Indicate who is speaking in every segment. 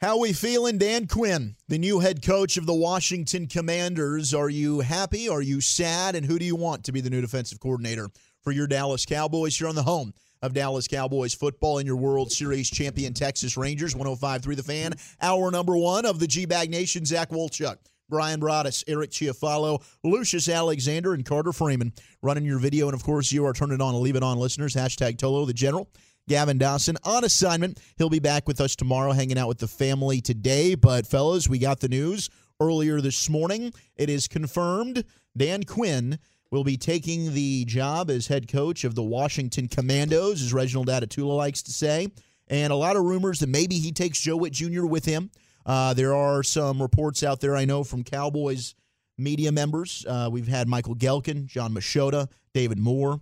Speaker 1: How we feeling, Dan Quinn, the new head coach of the Washington Commanders? Are you happy? Are you sad? And who do you want to be the new defensive coordinator for your Dallas Cowboys? You're on the home of Dallas Cowboys football and your World Series champion Texas Rangers. 105.3 The Fan, hour number one of the G-Bag Nation. Zach Wolchuk, Brian Broaddus, Eric Chiafalo, Lucius Alexander, and Carter Freeman running your video. And, of course, you are Turn It On and Leave It On listeners. Hashtag Tolo, the general. Gavin Dawson on assignment. He'll be back with us tomorrow, hanging out with the family today. But, fellas, we got the news earlier this morning. It is confirmed Dan Quinn will be taking the job as head coach of the Washington Commandos, as Reginald Atatula likes to say. And a lot of rumors that maybe he takes Joe Witt Jr. with him. Uh, there are some reports out there, I know, from Cowboys media members. Uh, we've had Michael Gelkin, John Machota, David Moore,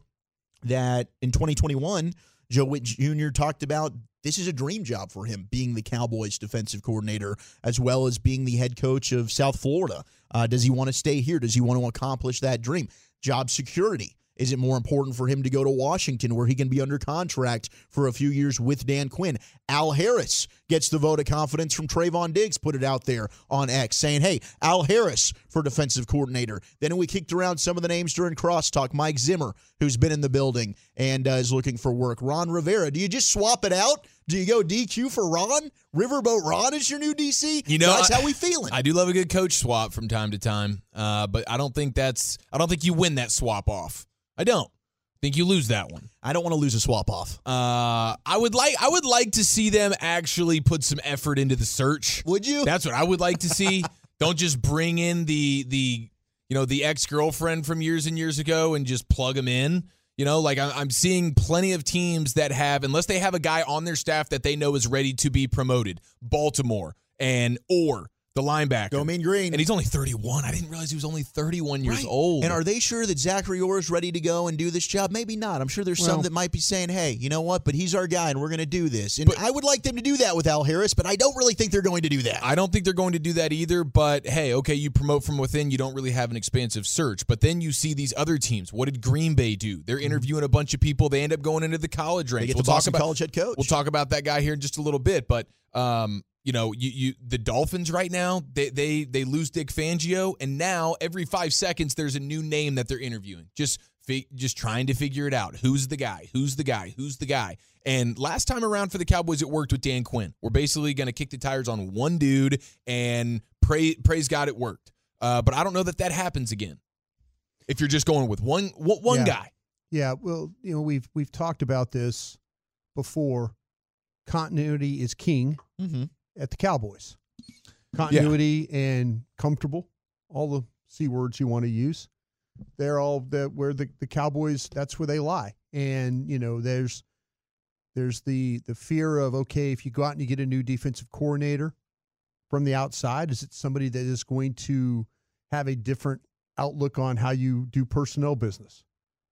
Speaker 1: that in 2021, Joe Witt Jr. talked about this is a dream job for him, being the Cowboys defensive coordinator, as well as being the head coach of South Florida. Uh, does he want to stay here? Does he want to accomplish that dream? Job security. Is it more important for him to go to Washington where he can be under contract for a few years with Dan Quinn? Al Harris gets the vote of confidence from Trayvon Diggs, put it out there on X, saying, hey, Al Harris for defensive coordinator. Then we kicked around some of the names during crosstalk. Mike Zimmer, who's been in the building and uh, is looking for work. Ron Rivera. Do you just swap it out? Do you go DQ for Ron? Riverboat Ron is your new DC?
Speaker 2: You know,
Speaker 1: that's
Speaker 2: I-
Speaker 1: how we feeling.
Speaker 2: I do love a good coach swap from time to time, uh, but I don't think that's I don't think you win that swap off. I don't I think you lose that one.
Speaker 1: I don't want to lose a swap off.
Speaker 2: Uh, I would like I would like to see them actually put some effort into the search.
Speaker 1: Would you?
Speaker 2: That's what I would like to see. don't just bring in the the you know the ex girlfriend from years and years ago and just plug them in. You know, like I- I'm seeing plenty of teams that have, unless they have a guy on their staff that they know is ready to be promoted. Baltimore and or the linebacker.
Speaker 1: go mean green.
Speaker 2: And he's only 31. I didn't realize he was only 31 years
Speaker 1: Right.
Speaker 2: old.
Speaker 1: And are they sure that Zachary Orr is ready to go and do this job? Maybe not. I'm sure there's some
Speaker 2: Well-
Speaker 1: that might be saying, hey, you know what? But he's our guy and we're going to do this. And I would like them to do that with Al Harris, but I don't really think they're going to do that.
Speaker 2: I don't think they're going to do that either, but hey, okay, you promote from within, you don't really have an expansive search. But then you see these other teams. What did Green Bay do? They're interviewing a bunch of people. They end up going into the college
Speaker 1: Mm-hmm.
Speaker 2: ranks.
Speaker 1: they get
Speaker 2: We'll
Speaker 1: the
Speaker 2: talk
Speaker 1: Boston
Speaker 2: about-
Speaker 1: College head coach.
Speaker 2: We'll talk about that guy here in just a little bit, but um, you know, you, you the Dolphins right now, they they they lose Dick Fangio, and now every five seconds there's a new name that they're interviewing. Just fi- just trying to figure it out. Who's the guy? Who's the guy? Who's the guy? And last time around for the Cowboys, it worked with Dan Quinn. We're basically going to kick the tires on one dude, and pray, praise God, it worked. Uh, but I don't know that that happens again. If you're just going with one one one
Speaker 3: Yeah.
Speaker 2: guy,
Speaker 3: Yeah, well, you know, we've we've talked about this before. Continuity is king
Speaker 1: mm-hmm.
Speaker 3: at the Cowboys. Continuity and comfortable, all the c words you want to use. They're all that where the the Cowboys. That's where they lie. And you know, there's there's the the fear of okay, if you go out and you get a new defensive coordinator from the outside, is it somebody that is going to have a different outlook on how you do personnel business?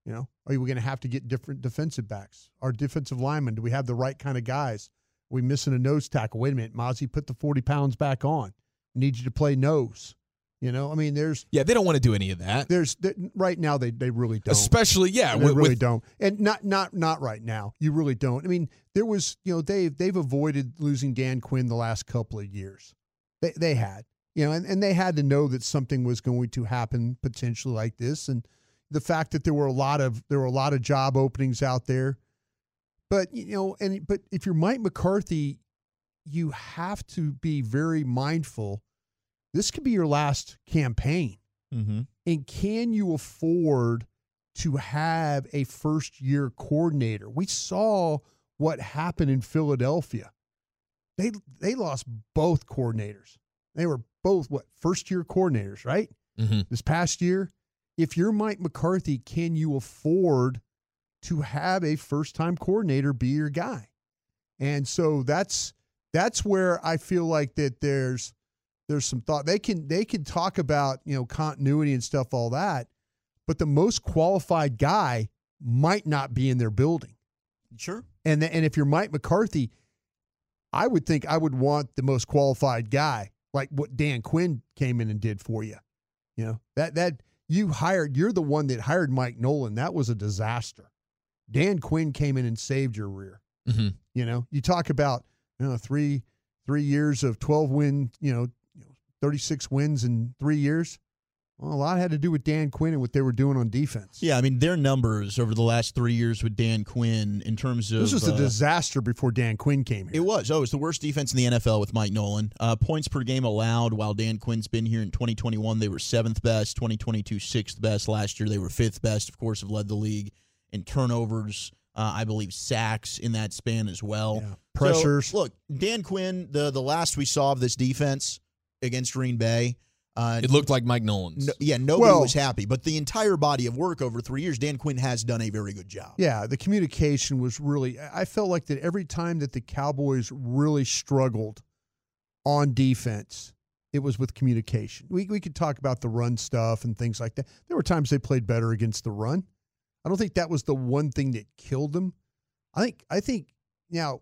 Speaker 3: You know, are we going to have to get different defensive backs? Our defensive linemen, do we have the right kind of guys? Are we missing a nose tackle? Wait a minute, Mozzie, put the 40 pounds back on. We need you to play nose. You know, I mean, there's,
Speaker 2: yeah, they don't want to do any of that.
Speaker 3: there's, th- right now they, they really don't.
Speaker 2: Especially, yeah,
Speaker 3: they
Speaker 2: with,
Speaker 3: really
Speaker 2: with
Speaker 3: don't. And not, not, not right now. You really don't. I mean, there was, you know, they've, they've avoided losing Dan Quinn the last couple of years. They, they had, you know, and, and they had to know that something was going to happen potentially like this. And the fact that there were a lot of, there were a lot of job openings out there. But you know, and but if you're Mike McCarthy, you have to be very mindful. This could be your last campaign,
Speaker 1: Mm-hmm.
Speaker 3: and can you afford to have a first year coordinator? We saw what happened in Philadelphia. They they lost both coordinators. They were both what first year coordinators, right?
Speaker 4: Mm.
Speaker 2: Mhm.
Speaker 3: This past year, if you're Mike McCarthy, can you afford to have a first time coordinator be your guy? And so that's that's where I feel like that there's there's some thought they can they can talk about you know continuity and stuff all that, but the most qualified guy might not be in their building.
Speaker 1: Sure.
Speaker 3: And th- and if you're Mike McCarthy, I would think I would want the most qualified guy, like what Dan Quinn came in and did for you. You know that that you hired, you're the one that hired Mike Nolan. That was a disaster. Dan Quinn came in and saved your rear.
Speaker 2: Mhm.
Speaker 3: You know, you talk about you know three three years of twelve win, you know, thirty six wins in three years. Well, a lot had to do with Dan Quinn and what they were doing on defense.
Speaker 1: Yeah, I mean their numbers over the last three years with Dan Quinn in terms of
Speaker 3: this was a
Speaker 1: uh,
Speaker 3: disaster before Dan Quinn came here.
Speaker 1: It was. Oh, it's the worst defense in the NFL with Mike Nolan. Uh, points per game allowed while Dan Quinn's been here in 2021, they were seventh best. 2022, sixth best. Last year, they were fifth best. Of course, have led the league in turnovers. Uh, I believe sacks in that span as well.
Speaker 3: Yeah. Pressures.
Speaker 1: So, look, Dan Quinn. The the last we saw of this defense against Green Bay. Uh,
Speaker 2: It looked like Mike Nolan's.
Speaker 1: no- yeah, nobody
Speaker 3: Well-
Speaker 1: was happy, but the entire body of work over three years, Dan Quinn has done a very good job.
Speaker 3: Yeah, the communication was really. I I felt like that every time that the Cowboys really struggled on defense, it was with communication. We we could talk about the run stuff and things like that. There were times they played better against the run. I don't think that was the one thing that killed them. I think I think now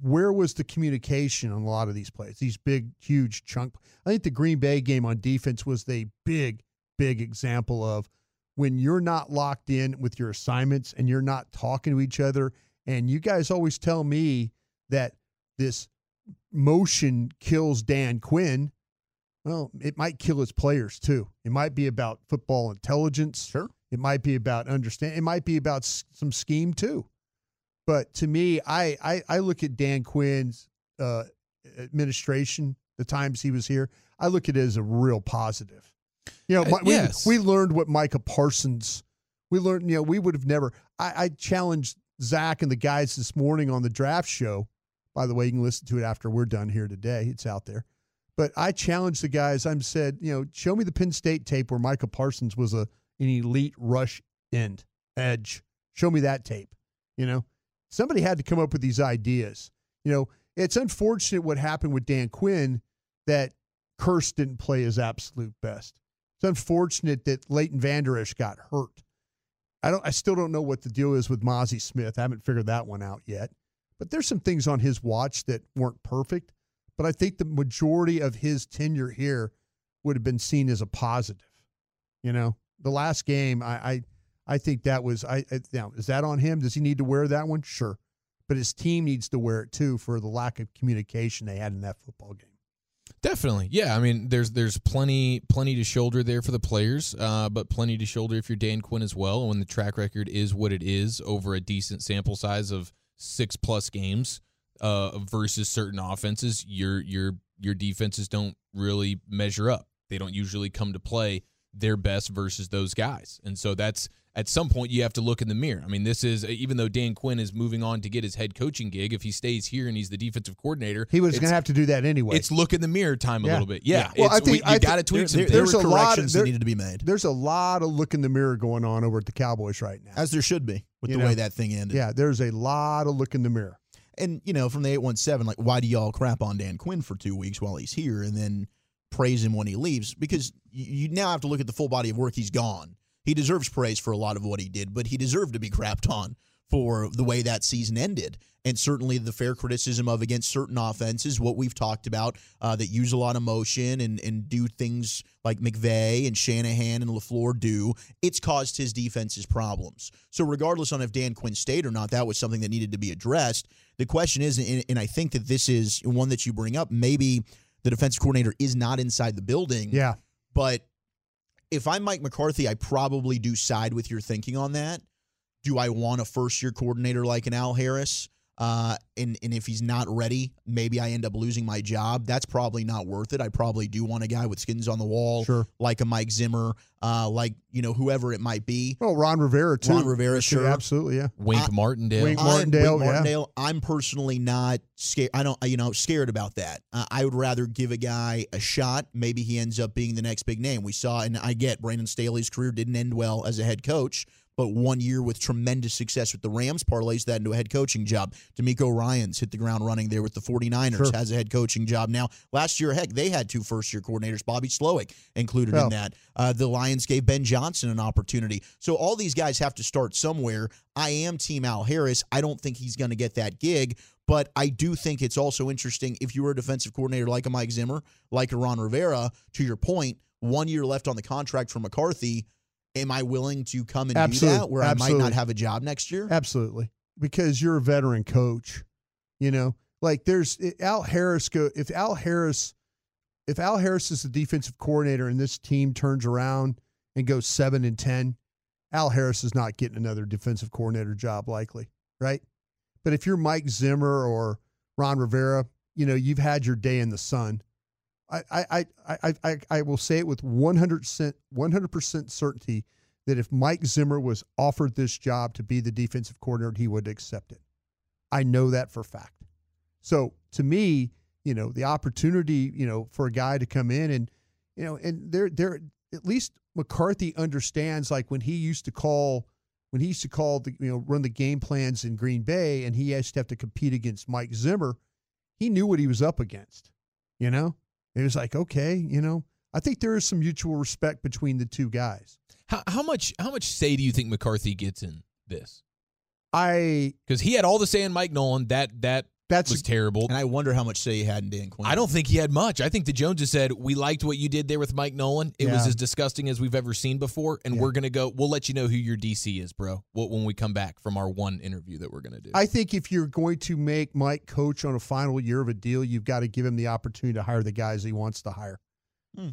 Speaker 3: where was the communication on a lot of these plays? These big, huge chunk. I think the Green Bay game on defense was a big, big example of when you're not locked in with your assignments and you're not talking to each other. And you guys always tell me that this motion kills Dan Quinn. Well, it might kill his players too. It might be about football intelligence.
Speaker 1: Sure.
Speaker 3: It might be about understand. It might be about s- some scheme too. But to me, I I, I look at Dan Quinn's uh, administration, the times he was here. I look at it as a real positive. You know,
Speaker 2: Uh,
Speaker 3: my- we,
Speaker 2: yes.
Speaker 3: we learned what Micah Parsons. We learned. You know, we would have never. I, I challenged Zach and the guys this morning on the draft show. By the way, you can listen to it after we're done here today. It's out there. But I challenged the guys. I'm said, you know, show me the Penn State tape where Micah Parsons was a an elite rush end edge. Show me that tape. You know, somebody had to come up with these ideas. You know, it's unfortunate what happened with Dan Quinn that Curse didn't play his absolute best. It's unfortunate that Leighton Vander Esch got hurt. I don't. I still don't know what the deal is with Mozzie Smith. I haven't figured that one out yet. But there's some things on his watch that weren't perfect. But I think the majority of his tenure here would have been seen as a positive. You know, the last game, I, I, I think that was. I, I now is that on him? Does he need to wear that one? Sure, but his team needs to wear it too for the lack of communication they had in that football game.
Speaker 2: Definitely, yeah. I mean, there's there's plenty plenty to shoulder there for the players, uh, but plenty to shoulder if you're Dan Quinn as well. And when the track record is what it is over a decent sample size of six plus games uh, versus certain offenses, your your your defenses don't really measure up. They don't usually come to play their best versus those guys, and so that's at some point you have to look in the mirror. I mean, this is even though Dan Quinn is moving on to get his head coaching gig, if he stays here and he's the defensive coordinator,
Speaker 3: He was
Speaker 2: it's-
Speaker 3: going to have to do that anyway.
Speaker 2: it's look in the mirror time a
Speaker 3: Yeah.
Speaker 2: little bit. Yeah.
Speaker 3: Yeah. Well,
Speaker 2: it's-
Speaker 3: I think-
Speaker 2: we-
Speaker 3: I
Speaker 2: you
Speaker 3: think
Speaker 2: got to tweak some
Speaker 1: There,
Speaker 2: things.
Speaker 1: there
Speaker 3: There's
Speaker 1: were
Speaker 3: a lot of-
Speaker 1: corrections
Speaker 3: there-
Speaker 1: that needed to be made.
Speaker 3: There's a lot of look in the mirror going on over at the Cowboys right now.
Speaker 1: as there should be with
Speaker 3: You
Speaker 1: the
Speaker 3: know?
Speaker 1: way that thing ended.
Speaker 3: yeah, there's a lot of look in the mirror.
Speaker 1: And you know, from the 817 like why do y'all crap on Dan Quinn for 2 weeks while he's here and then praise him when he leaves because you, you now have to look at the full body of work he's gone. He deserves praise for a lot of what he did, but he deserved to be crapped on for the way that season ended. And certainly the fair criticism of against certain offenses, what we've talked about, uh, that use a lot of motion and, and do things like McVay and Shanahan and LaFleur do, it's caused his defense's problems. So, regardless on if Dan Quinn stayed or not, that was something that needed to be addressed. The question is, and, and I think that this is one that you bring up, maybe the defensive coordinator is not inside the building.
Speaker 3: Yeah,
Speaker 1: But if I'm Mike McCarthy, I probably do side with your thinking on that. Do I want a first year coordinator like an Al Harris? Uh, and and if he's not ready, maybe I end up losing my job. That's probably not worth it. I probably do want a guy with skins on the wall,
Speaker 3: Sure.
Speaker 1: like a Mike Zimmer, uh, like you know whoever it might be.
Speaker 3: Well, Ron Rivera too.
Speaker 1: Ron Rivera,
Speaker 3: Sure,
Speaker 1: sure.
Speaker 3: absolutely, yeah.
Speaker 2: Wink
Speaker 1: I-
Speaker 2: Martindale.
Speaker 3: Wink-
Speaker 1: I'm-
Speaker 3: Martindale,
Speaker 1: Wink
Speaker 3: yeah.
Speaker 1: Martindale, I'm personally not scared. I don't, you know, scared about that. Uh, I would rather give a guy a shot. Maybe he ends up being the next big name. We saw, and I get Brandon Staley's career didn't end well as a head coach, but one year with tremendous success with the Rams parlays that into a head coaching job. D'Amico Ryan's hit the ground running there with the 49ers,
Speaker 3: Sure.
Speaker 1: has a head coaching job now. Last year, heck, they had two first year coordinators, Bobby Slowick included
Speaker 3: Yeah.
Speaker 1: in that. Uh, the Lions gave Ben Johnson an opportunity. So all these guys have to start somewhere. I am Team Al Harris. I don't think he's going to get that gig, but I do think it's also interesting if you were a defensive coordinator like a Mike Zimmer, like a Ron Rivera, to your point, one year left on the contract for McCarthy. Am I willing to come and
Speaker 3: Absolutely.
Speaker 1: do that where I might
Speaker 3: Absolutely.
Speaker 1: not have a job next year?
Speaker 3: Absolutely. Because you're a veteran coach, you know, like there's Al Harris go if Al Harris if Al Harris is the defensive coordinator and this team turns around and goes 7 and 10, Al Harris is not getting another defensive coordinator job likely, right? But if you're Mike Zimmer or Ron Rivera, you know, you've had your day in the sun. I I I I I, I will say it with 100% 100% certainty that if Mike Zimmer was offered this job to be the defensive coordinator, he would accept it. I know that for fact. So to me, you know, the opportunity, you know, for a guy to come in and, you know, and there, there, at least McCarthy understands like when he used to call, when he used to call the, you know, run the game plans in Green Bay and he has to have to compete against Mike Zimmer, he knew what he was up against, you know? It was like, okay, you know, I think there is some mutual respect between the two guys.
Speaker 2: How, how much how much say do you think McCarthy gets in this?
Speaker 3: I
Speaker 2: Because he had all the say in Mike Nolan. That that
Speaker 3: That's
Speaker 2: was terrible.
Speaker 1: And I wonder how much say you had in Dan Quinn.
Speaker 2: I don't think he had much. I think the Joneses said we liked what you did there with Mike Nolan. It was
Speaker 3: Yeah.
Speaker 2: as disgusting as we've ever seen before, and
Speaker 3: Yeah.
Speaker 2: we're gonna go. We'll let you know who your DC is, bro. What when we come back from our one interview that we're gonna do.
Speaker 3: I think if you're going to make Mike coach on a final year of a deal, you've got to give him the opportunity to hire the guys he wants to hire.
Speaker 1: Hmm.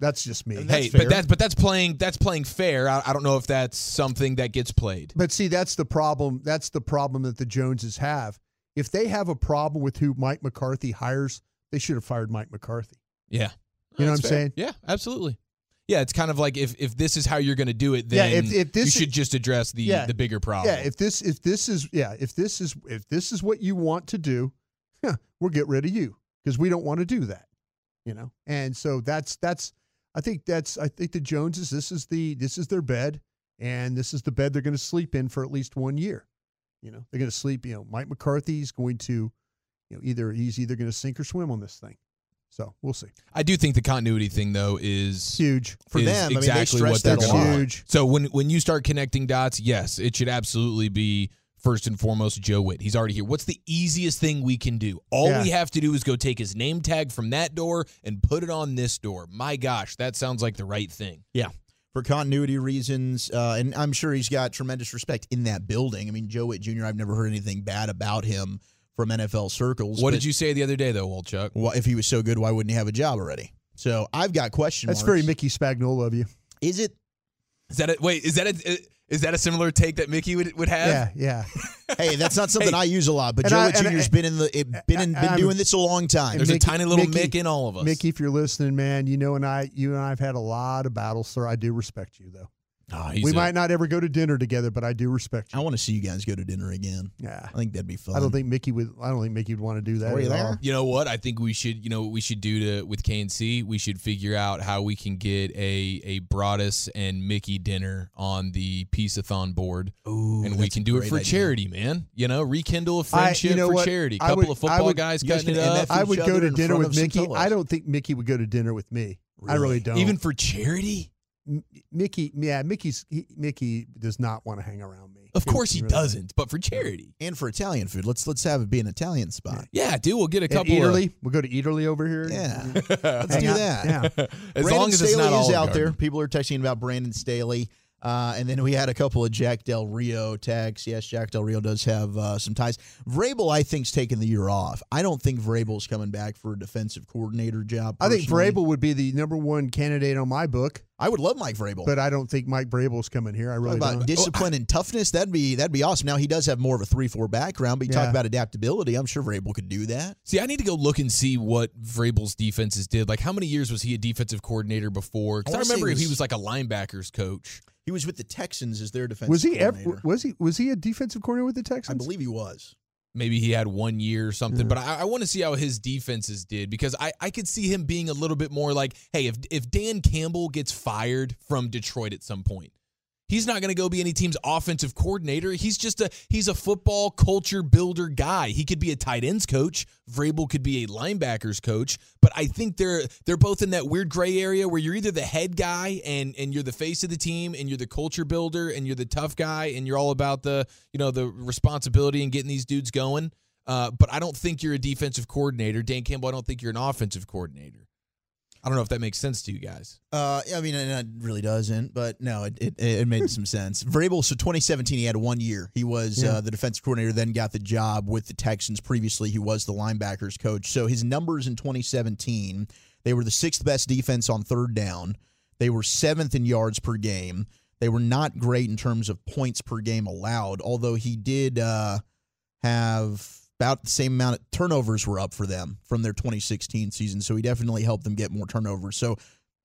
Speaker 3: That's just me.
Speaker 1: And that's
Speaker 2: hey,
Speaker 1: fair.
Speaker 2: but that's but that's playing that's playing fair. I, I don't know if that's something that gets played.
Speaker 3: But see, that's the problem. That's the problem that the Joneses have. If they have a problem with who Mike McCarthy hires, they should have fired Mike McCarthy.
Speaker 2: Yeah,
Speaker 3: You know
Speaker 2: That's fair.
Speaker 3: what I'm saying?
Speaker 2: Yeah, absolutely. Yeah, it's kind of like if if this is how you're gonna do it, then
Speaker 3: yeah, if, if
Speaker 2: you
Speaker 3: this
Speaker 2: should just address the
Speaker 3: Yeah.
Speaker 2: the bigger problem.
Speaker 3: yeah, if this if this is yeah, if this is if this is what you want to do, huh, we'll get rid of you because we don't want to do that. You know? And so that's that's I think that's I think the Joneses, this is the this is their bed and this is the bed they're gonna sleep in for at least one year. You know, they're gonna sleep, you know, Mike McCarthy's going to, you know, either he's either gonna sink or swim on this thing. So we'll see.
Speaker 2: I do think the continuity thing though is
Speaker 3: Huge.
Speaker 1: For
Speaker 2: is
Speaker 1: them, I mean, they
Speaker 2: exactly
Speaker 1: stress
Speaker 2: what they're
Speaker 1: that a
Speaker 3: That's
Speaker 2: gonna want.
Speaker 1: lot.
Speaker 3: huge.
Speaker 2: So when when you start connecting dots, yes, it should absolutely be first and foremost Joe Witt. He's already here. What's the easiest thing we can do? All
Speaker 3: Yeah.
Speaker 2: we have to do is go take his name tag from that door and put it on this door. My gosh, that sounds like the right thing.
Speaker 1: for continuity reasons, uh, and I'm sure he's got tremendous respect in that building. I mean, Joe Witt Jr. I've never heard anything bad about him from NFL circles.
Speaker 2: What
Speaker 1: but
Speaker 2: did you say the other day though, old Chuck?
Speaker 1: why- if he was so good, why wouldn't he have a job already? So I've got question
Speaker 3: That's very
Speaker 1: marks.
Speaker 3: Mickey Spagnuolo of you.
Speaker 1: Is it?
Speaker 2: Is that a wait, is that a is that a similar take that Mickey would, would have?
Speaker 3: Yeah, yeah.
Speaker 1: Hey, that's not something I use a lot. But
Speaker 3: And
Speaker 1: Joe
Speaker 3: I-
Speaker 1: Witt
Speaker 3: and
Speaker 1: Jr.
Speaker 3: I-
Speaker 1: has been in the it, been in,
Speaker 3: I-
Speaker 1: been
Speaker 3: I'm-
Speaker 1: doing this a long time.
Speaker 2: There's
Speaker 3: Mickey-
Speaker 2: a tiny little
Speaker 3: Mickey-
Speaker 2: Mick in all of us.
Speaker 3: Mickey, if you're listening, man, you know, and I, you and I have had a lot of battles, sir. I do respect you, though.
Speaker 2: Oh, he's
Speaker 3: we
Speaker 2: a-
Speaker 3: might not ever go to dinner together, but I do respect you.
Speaker 1: Ah, I want to see you guys go to dinner again.
Speaker 3: Yeah,
Speaker 1: I think that'd be fun.
Speaker 3: I don't think Mickey would. I don't think Mickey would want to do that.
Speaker 1: Were you
Speaker 3: at
Speaker 1: there?
Speaker 3: all.
Speaker 2: You know what? I think we should. You know what we should do to with KNC. We should figure out how we can get a a Broadus and Mickey dinner on the Peace-a-thon board,
Speaker 1: Ooh,
Speaker 2: and we
Speaker 1: that's
Speaker 2: can
Speaker 1: a
Speaker 2: do it
Speaker 1: great
Speaker 2: for
Speaker 1: idea.
Speaker 2: charity, man. You know, rekindle a
Speaker 3: I- you
Speaker 2: friendship
Speaker 3: know
Speaker 2: for
Speaker 3: what?
Speaker 2: charity.
Speaker 3: I
Speaker 2: Couple
Speaker 3: would-
Speaker 2: of football
Speaker 3: I would-
Speaker 2: guys
Speaker 1: you guys
Speaker 2: cutting it
Speaker 1: can
Speaker 2: up,
Speaker 1: NF
Speaker 3: I
Speaker 1: each
Speaker 3: would go
Speaker 1: other
Speaker 3: to
Speaker 1: in
Speaker 3: dinner
Speaker 1: front
Speaker 3: with
Speaker 1: of some
Speaker 3: Mickey.
Speaker 1: pillows.
Speaker 3: I don't think Mickey would go to dinner with me. I
Speaker 1: Really?
Speaker 3: really don't.
Speaker 2: even for charity.
Speaker 3: M- Mickey, yeah, Mickey's he, Mickey does not want to hang around me.
Speaker 2: Of course he
Speaker 3: really-
Speaker 2: doesn't, but for charity.
Speaker 1: And for Italian food, let's let's have it be an Italian spot.
Speaker 2: Yeah, dude, we'll get a
Speaker 3: And
Speaker 2: couple.
Speaker 3: Eaterly, we'll go to Eaterly over here.
Speaker 1: Yeah,
Speaker 2: Of,
Speaker 1: let's
Speaker 3: Hang
Speaker 1: do
Speaker 3: out-
Speaker 1: that.
Speaker 3: Yeah.
Speaker 2: as
Speaker 1: Brandon
Speaker 2: long as
Speaker 1: Staley
Speaker 2: it's not
Speaker 1: is
Speaker 2: Olive
Speaker 1: out there.
Speaker 2: Garden.
Speaker 1: People are texting about Brandon Staley. Uh, and then we had a couple of Jack Del Rio tags. Yes, Jack Del Rio does have uh, some ties. Vrabel, I think, is taking the year off. I don't think Vrabel's coming back for a defensive coordinator job.
Speaker 3: I think
Speaker 1: personally.
Speaker 3: Vrabel would be the number one candidate on my book.
Speaker 1: I would love Mike Vrabel.
Speaker 3: But I don't think Mike Brable's coming here. I
Speaker 1: Talk
Speaker 3: really
Speaker 1: about
Speaker 3: don't.
Speaker 1: discipline and toughness. That'd be that'd be awesome. Now he does have more of a three four background, but you talk
Speaker 3: Yeah.
Speaker 1: about adaptability. I'm sure Vrabel could do that.
Speaker 2: See, I need to go look and see what Vrabel's defenses did. Like, how many years was he a defensive coordinator before? 'Cause
Speaker 1: I
Speaker 2: I,
Speaker 1: wanna say
Speaker 2: remember
Speaker 1: it
Speaker 2: he
Speaker 1: was-
Speaker 2: was like a linebackers coach.
Speaker 1: He was with the Texans as their defensive
Speaker 3: was he
Speaker 1: coordinator.
Speaker 3: ever, was he was he a defensive coordinator with the
Speaker 1: I
Speaker 3: Texans?
Speaker 1: believe he was.
Speaker 2: Maybe he had one year or something,
Speaker 1: Mm.
Speaker 2: but I, I want to see how his defenses did because I, I could see him being a little bit more like, hey, if if Dan Campbell gets fired from Detroit at some point, he's not going to go be any team's offensive coordinator. He's just a he's a football culture builder guy. He could be a tight ends coach. Vrabel could be a linebackers coach. But I think they're they're both in that weird gray area where you're either the head guy and and you're the face of the team and you're the culture builder and you're the tough guy and you're all about the you know the responsibility and getting these dudes going. Uh, but I don't think you're a defensive coordinator, Dan Campbell. I don't think you're an offensive coordinator. I don't know if that makes sense to you guys.
Speaker 1: Uh, I mean, it it really doesn't, but no, it, it, it made some sense. Vrabel, so 2017, he had one year. He was
Speaker 3: Yeah.
Speaker 1: uh, the defensive coordinator, then got the job with the Texans. Previously, he was the linebackers coach. So his numbers in 2017, they were the sixth best defense on third down. They were seventh in yards per game. They were not great in terms of points per game allowed, although he did uh, have about the same amount of turnovers were up for them from their 2016 season. So he definitely helped them get more turnovers. So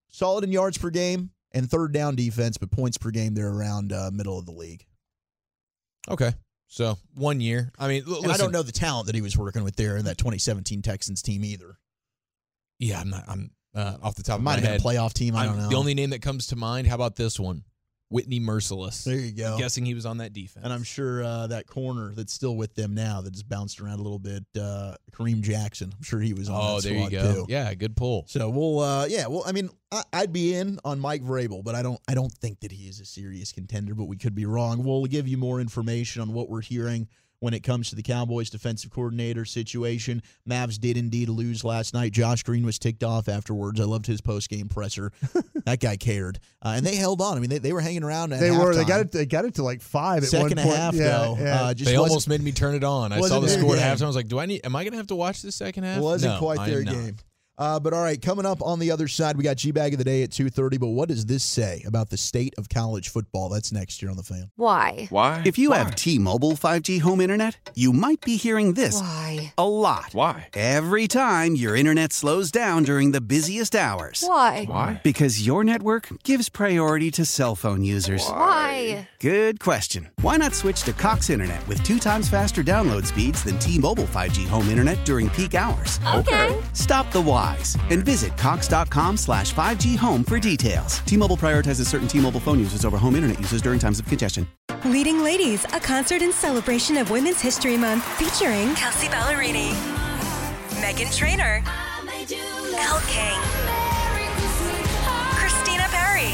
Speaker 1: solid in yards per game and third down defense, but points per game they're around uh, middle of the league.
Speaker 2: Okay, so one year. I mean, l-
Speaker 1: And I
Speaker 2: listen-
Speaker 1: don't know the talent that he was working with there in that 2017 Texans team either.
Speaker 2: Yeah, I'm not. I'm uh, off the top of
Speaker 1: Might
Speaker 2: my
Speaker 1: have been a
Speaker 2: head.
Speaker 1: playoff team. I
Speaker 2: I'm-
Speaker 1: don't know.
Speaker 2: The only name that comes to mind. How about this one? Whitney Merciless.
Speaker 1: there you go.
Speaker 2: I'm guessing he was on that defense.
Speaker 1: And I'm sure uh, that corner that's still with them now that has bounced around a little bit, uh, Kareem Jackson. I'm sure he was on
Speaker 2: Oh,
Speaker 1: that
Speaker 2: there you
Speaker 1: squad,
Speaker 2: go.
Speaker 1: too.
Speaker 2: Yeah, good pull.
Speaker 1: So we'll, uh, yeah, well, I mean, I, I'd be in on Mike Vrabel, but I don't, I don't think that he is a serious contender. But we could be wrong. We'll give you more information on what we're hearing when it comes to the Cowboys' defensive coordinator situation. Mavs did indeed lose last night. Josh Green was ticked off afterwards. I loved his post-game presser. that guy cared, uh, and they held on. I mean, they, they were hanging around. At
Speaker 3: Oh, they were. They
Speaker 1: halftime.
Speaker 3: got it. They got it to like five
Speaker 1: second
Speaker 3: at
Speaker 1: and a
Speaker 3: one point.
Speaker 1: half
Speaker 3: yeah,
Speaker 1: though.
Speaker 3: yeah.
Speaker 1: Uh, just
Speaker 2: they
Speaker 1: wasn't-
Speaker 2: almost made me turn it on. I saw
Speaker 1: wasn't
Speaker 2: the
Speaker 1: their
Speaker 2: score
Speaker 1: game.
Speaker 2: at halftime. I was like, "Do I need? Am I going to have to watch this second half?"
Speaker 1: wasn't
Speaker 2: No,
Speaker 1: quite
Speaker 2: I
Speaker 1: their
Speaker 2: am not.
Speaker 1: game. Uh, but all right, coming up on the other side, we got G Bag of the Day at 2.30. But what does this say about the state of college football? That's next year on The Fan.
Speaker 5: Why?
Speaker 6: Why?
Speaker 7: If you have T-Mobile 5G home internet, you might be hearing this
Speaker 5: Why?
Speaker 7: a lot.
Speaker 6: Why?
Speaker 7: Every time your internet slows down during the busiest hours.
Speaker 5: Why?
Speaker 6: Why?
Speaker 7: Because your network gives priority to cell phone users.
Speaker 5: Why?
Speaker 7: Good question. Why not switch to Cox Internet with two times faster download speeds than T-Mobile 5G home internet during peak hours?
Speaker 5: Okay.
Speaker 7: Stop the whys and visit Cox.com slash 5G home for details. T-Mobile prioritizes certain T-Mobile phone users over home internet users during times of congestion.
Speaker 8: Leading Ladies, a concert in celebration of Women's History Month featuring Kelsey Ballerini, Megan Trainor, Elle King, Christina Perry.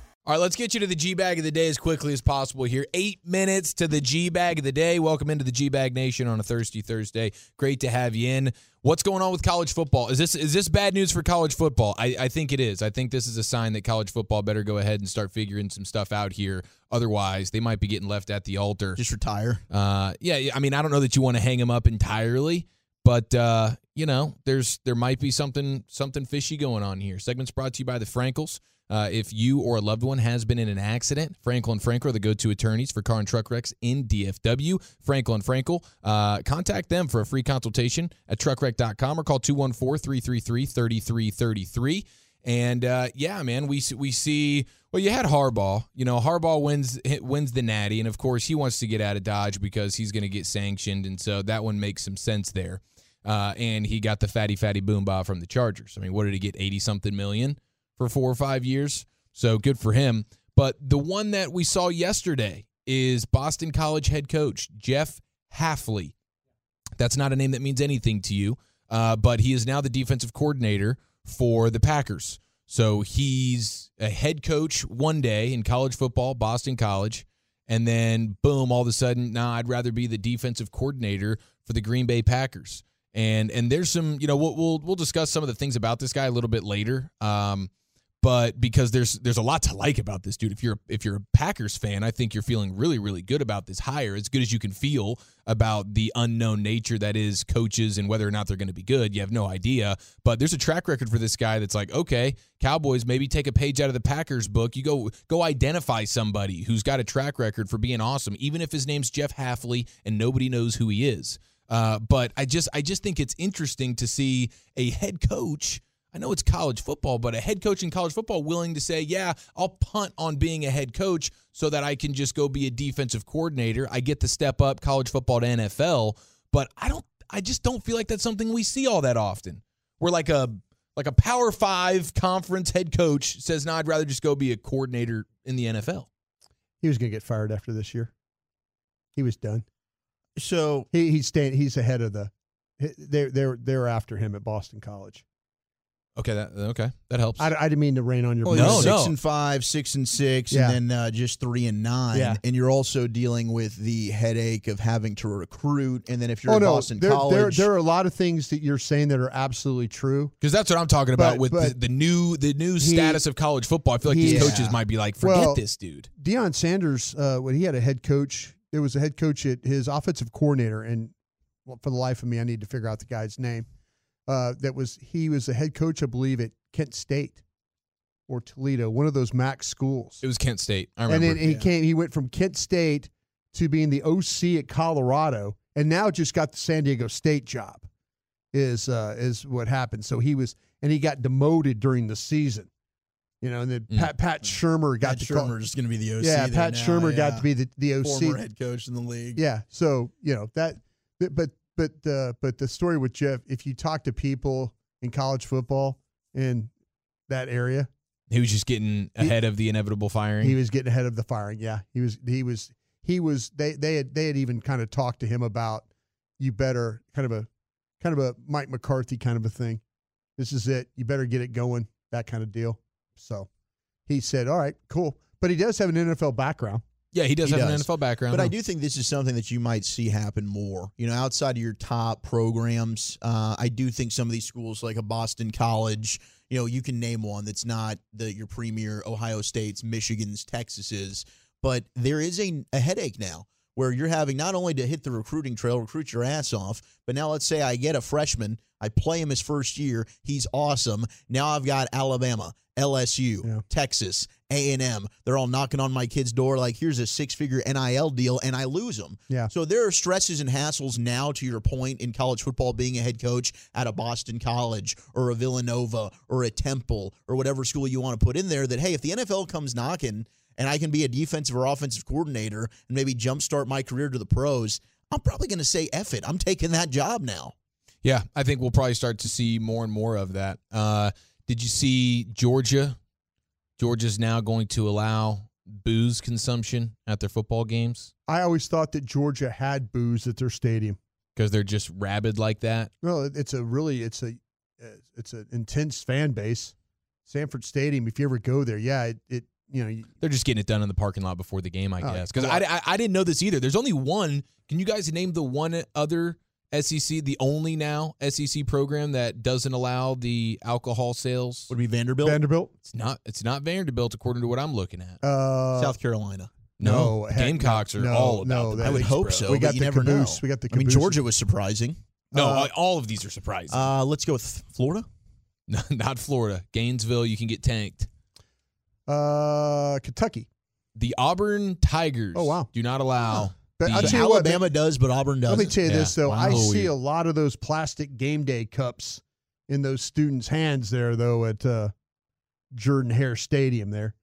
Speaker 2: All right, let's get you to the G bag of the day as quickly as possible here. Eight minutes to the G bag of the day. Welcome into the G bag nation on a Thirsty Thursday. Great to have you in. What's going on with college football? Is this is this bad news for college football? I, I think it is. I think this is a sign that college football better go ahead and start figuring some stuff out here. Otherwise, they might be getting left at the altar.
Speaker 1: Just retire.
Speaker 2: Uh, yeah, yeah, I mean, I don't know that you want to hang him up entirely, but uh, you know, there's there might be something something fishy going on here. Segments brought to you by the Frankels. Uh, if you or a loved one has been in an accident, Frankel and Frankel are the go-to attorneys for car and truck wrecks in DFW. Frankel and Frankel, uh, contact them for a free consultation at truckwreck.com or call 214-333-3333. And uh, yeah, man, we s- we see. Well, you had Harbaugh. You know, Harbaugh wins hit- wins the Natty, and of course, he wants to get out of Dodge because he's going to get sanctioned, and so that one makes some sense there. Uh, and he got the fatty fatty boom bah from the Chargers. I mean, what did he get? Eighty something million for four or five years. So good for him. But the one that we saw yesterday is Boston College head coach Jeff Halfley. That's not a name that means anything to you, uh, but he is now the defensive coordinator for the Packers. So he's a head coach one day in college football, Boston College, and then boom, all of a sudden, nah, I'd rather be the defensive coordinator for the Green Bay Packers. and and there's some you know we'll we'll, we'll discuss some of the things about this guy a little bit later. Um, but because there's there's a lot to like about this dude. If you're if you're a Packers fan, I think you're feeling really really good about this hire, as good as you can feel about the unknown nature that is coaches and whether or not they're going to be good. You have no idea, but there's a track record for this guy that's like, okay, Cowboys maybe take a page out of the Packers book. You go go identify somebody who's got a track record for being awesome, even if his name's Jeff Halfley and nobody knows who he is. Uh, but I just I just think it's interesting to see a head coach. I know it's college football, but a head coach in college football willing to say, yeah, I'll punt on being a head coach so that I can just go be a defensive coordinator. I get to step up college football to NFL, but I don't I just don't feel like that's something we see all that often. We're like a like a power five conference head coach says, no, I'd rather just go be a coordinator in the NFL.
Speaker 3: He was going to get fired after this year. He was done.
Speaker 1: So
Speaker 3: He he's staying. He's ahead of the. They're they're they're after him at Boston College.
Speaker 2: Okay, that okay. That helps.
Speaker 3: I, I didn't mean to rain on your.
Speaker 1: Well,
Speaker 2: No,
Speaker 1: no,
Speaker 3: parade.
Speaker 1: Oh, six
Speaker 2: no.
Speaker 1: and five, six and six,
Speaker 3: Yeah.
Speaker 1: and then uh, just three and nine.
Speaker 3: Yeah.
Speaker 1: And you're also dealing with the headache of having to recruit. And then if you're
Speaker 3: Oh
Speaker 1: at
Speaker 3: no,
Speaker 1: Boston
Speaker 3: there, there
Speaker 1: College,
Speaker 3: there are a lot of things that you're saying that are absolutely true.
Speaker 2: Because that's what I'm talking about
Speaker 3: But-
Speaker 2: with
Speaker 3: but
Speaker 2: the, the new the new status of college football. I feel like
Speaker 3: he-
Speaker 2: these
Speaker 1: Yeah.
Speaker 2: coaches might be like, forget
Speaker 3: Well,
Speaker 2: this dude.
Speaker 3: Deion Sanders, uh, when he had a head coach, there was a head coach at his offensive coordinator, and well, for the life of me, I need to figure out the guy's name. Uh, that was he was a head coach, I believe, at Kent State or Toledo, one of those MAC schools.
Speaker 2: It was Kent State. I
Speaker 3: and
Speaker 2: remember.
Speaker 3: then he came. He went from Kent State to being the OC at Colorado, and now just got the San Diego State job. Is uh, is what happened? So he was, and he got demoted during the season. You know, and then
Speaker 2: Mm.
Speaker 3: Pat Pat Shermer got
Speaker 1: Pat
Speaker 3: the call-
Speaker 1: Shermer is going to be the OC.
Speaker 3: yeah,
Speaker 1: there
Speaker 3: Pat
Speaker 1: now,
Speaker 3: Shermer got
Speaker 1: yeah.
Speaker 3: to be the, the OC.
Speaker 1: former head coach in the league.
Speaker 3: Yeah, so you know that, but but but, uh, but the story with Jeff, if you talk to people in college football in that area,
Speaker 2: he was just getting ahead of the inevitable firing.
Speaker 3: He was getting ahead of the firing. Yeah, he was. He was. He was. They. They had. They had even kind of talked to him about you better kind of a kind of a Mike McCarthy kind of a thing. This is it. You better get it going. That kind of deal. So he said, "All right, cool." But he does have an NFL background.
Speaker 2: yeah, he does
Speaker 1: He
Speaker 2: have an
Speaker 1: does.
Speaker 2: NFL background.
Speaker 1: But I
Speaker 2: though.
Speaker 1: do think this is something that you might see happen more. You know, outside of your top programs, uh, I do think some of these schools, like a Boston College, you know, you can name one that's not the your premier Ohio State's, Michigan's, Texas's, but there is a, a headache now where you're having not only to hit the recruiting trail, recruit your ass off, but now let's say I get a freshman, I play him his first year, he's awesome. Now I've got Alabama, LSU,
Speaker 3: Yeah.
Speaker 1: Texas, A&M. They're all knocking on my kid's door like, here's a six-figure NIL deal, and I lose him.
Speaker 3: Yeah.
Speaker 1: So there are stresses and hassles now, to your point, in college football, being a head coach at a Boston College or a Villanova or a Temple or whatever school you want to put in there that, hey, if the NFL comes knocking and I can be a defensive or offensive coordinator and maybe jumpstart my career to the pros, I'm probably going to say, F it. I'm taking that job now.
Speaker 2: Yeah, I think we'll probably start to see more and more of that. Uh, did you see Georgia? Georgia's now going to allow booze consumption at their football games
Speaker 3: I always thought that Georgia had booze at their stadium.
Speaker 2: because they're just rabid like that.
Speaker 3: Well, it- it's a really it's a uh, it's an intense fan base. Sanford Stadium. If you ever go there, yeah, it, it you know you-
Speaker 2: They're just getting it done in the parking lot before the game, I
Speaker 3: Oh,
Speaker 2: guess. Because I, I I didn't know this either. There's only one. Can you guys name the one other SEC, the only now SEC program that doesn't allow the alcohol sales?
Speaker 1: Would it be Vanderbilt?
Speaker 3: Vanderbilt.
Speaker 2: It's not. It's not Vanderbilt, according to what I'm looking at.
Speaker 3: Uh,
Speaker 1: South Carolina.
Speaker 2: No,
Speaker 3: no, heck
Speaker 2: Gamecocks are
Speaker 3: no,
Speaker 2: all about.
Speaker 3: no,
Speaker 2: the
Speaker 3: that-
Speaker 1: I would
Speaker 2: booze,
Speaker 1: hope
Speaker 2: bro.
Speaker 1: so.
Speaker 3: we
Speaker 1: but
Speaker 3: got
Speaker 1: you
Speaker 3: the
Speaker 1: never
Speaker 3: caboose.
Speaker 1: know.
Speaker 3: We got the
Speaker 1: I mean,
Speaker 3: caboose.
Speaker 1: Georgia was surprising.
Speaker 2: No,
Speaker 3: Uh,
Speaker 2: all of these are surprising.
Speaker 1: Uh, let's go with Florida.
Speaker 2: Not Florida, Gainesville. You can get tanked.
Speaker 3: Uh, Kentucky.
Speaker 2: The Auburn Tigers.
Speaker 3: Oh, wow.
Speaker 2: Do not allow.
Speaker 3: But
Speaker 2: the-
Speaker 3: I'll tell you what,
Speaker 1: Alabama does, but Auburn doesn't.
Speaker 3: Let me tell you
Speaker 2: Yeah.
Speaker 3: this though.
Speaker 2: Wow.
Speaker 3: I
Speaker 2: So
Speaker 3: see
Speaker 2: weird.
Speaker 3: a lot of those plastic game day cups in those students' hands there though at uh, Jordan Hare Stadium there.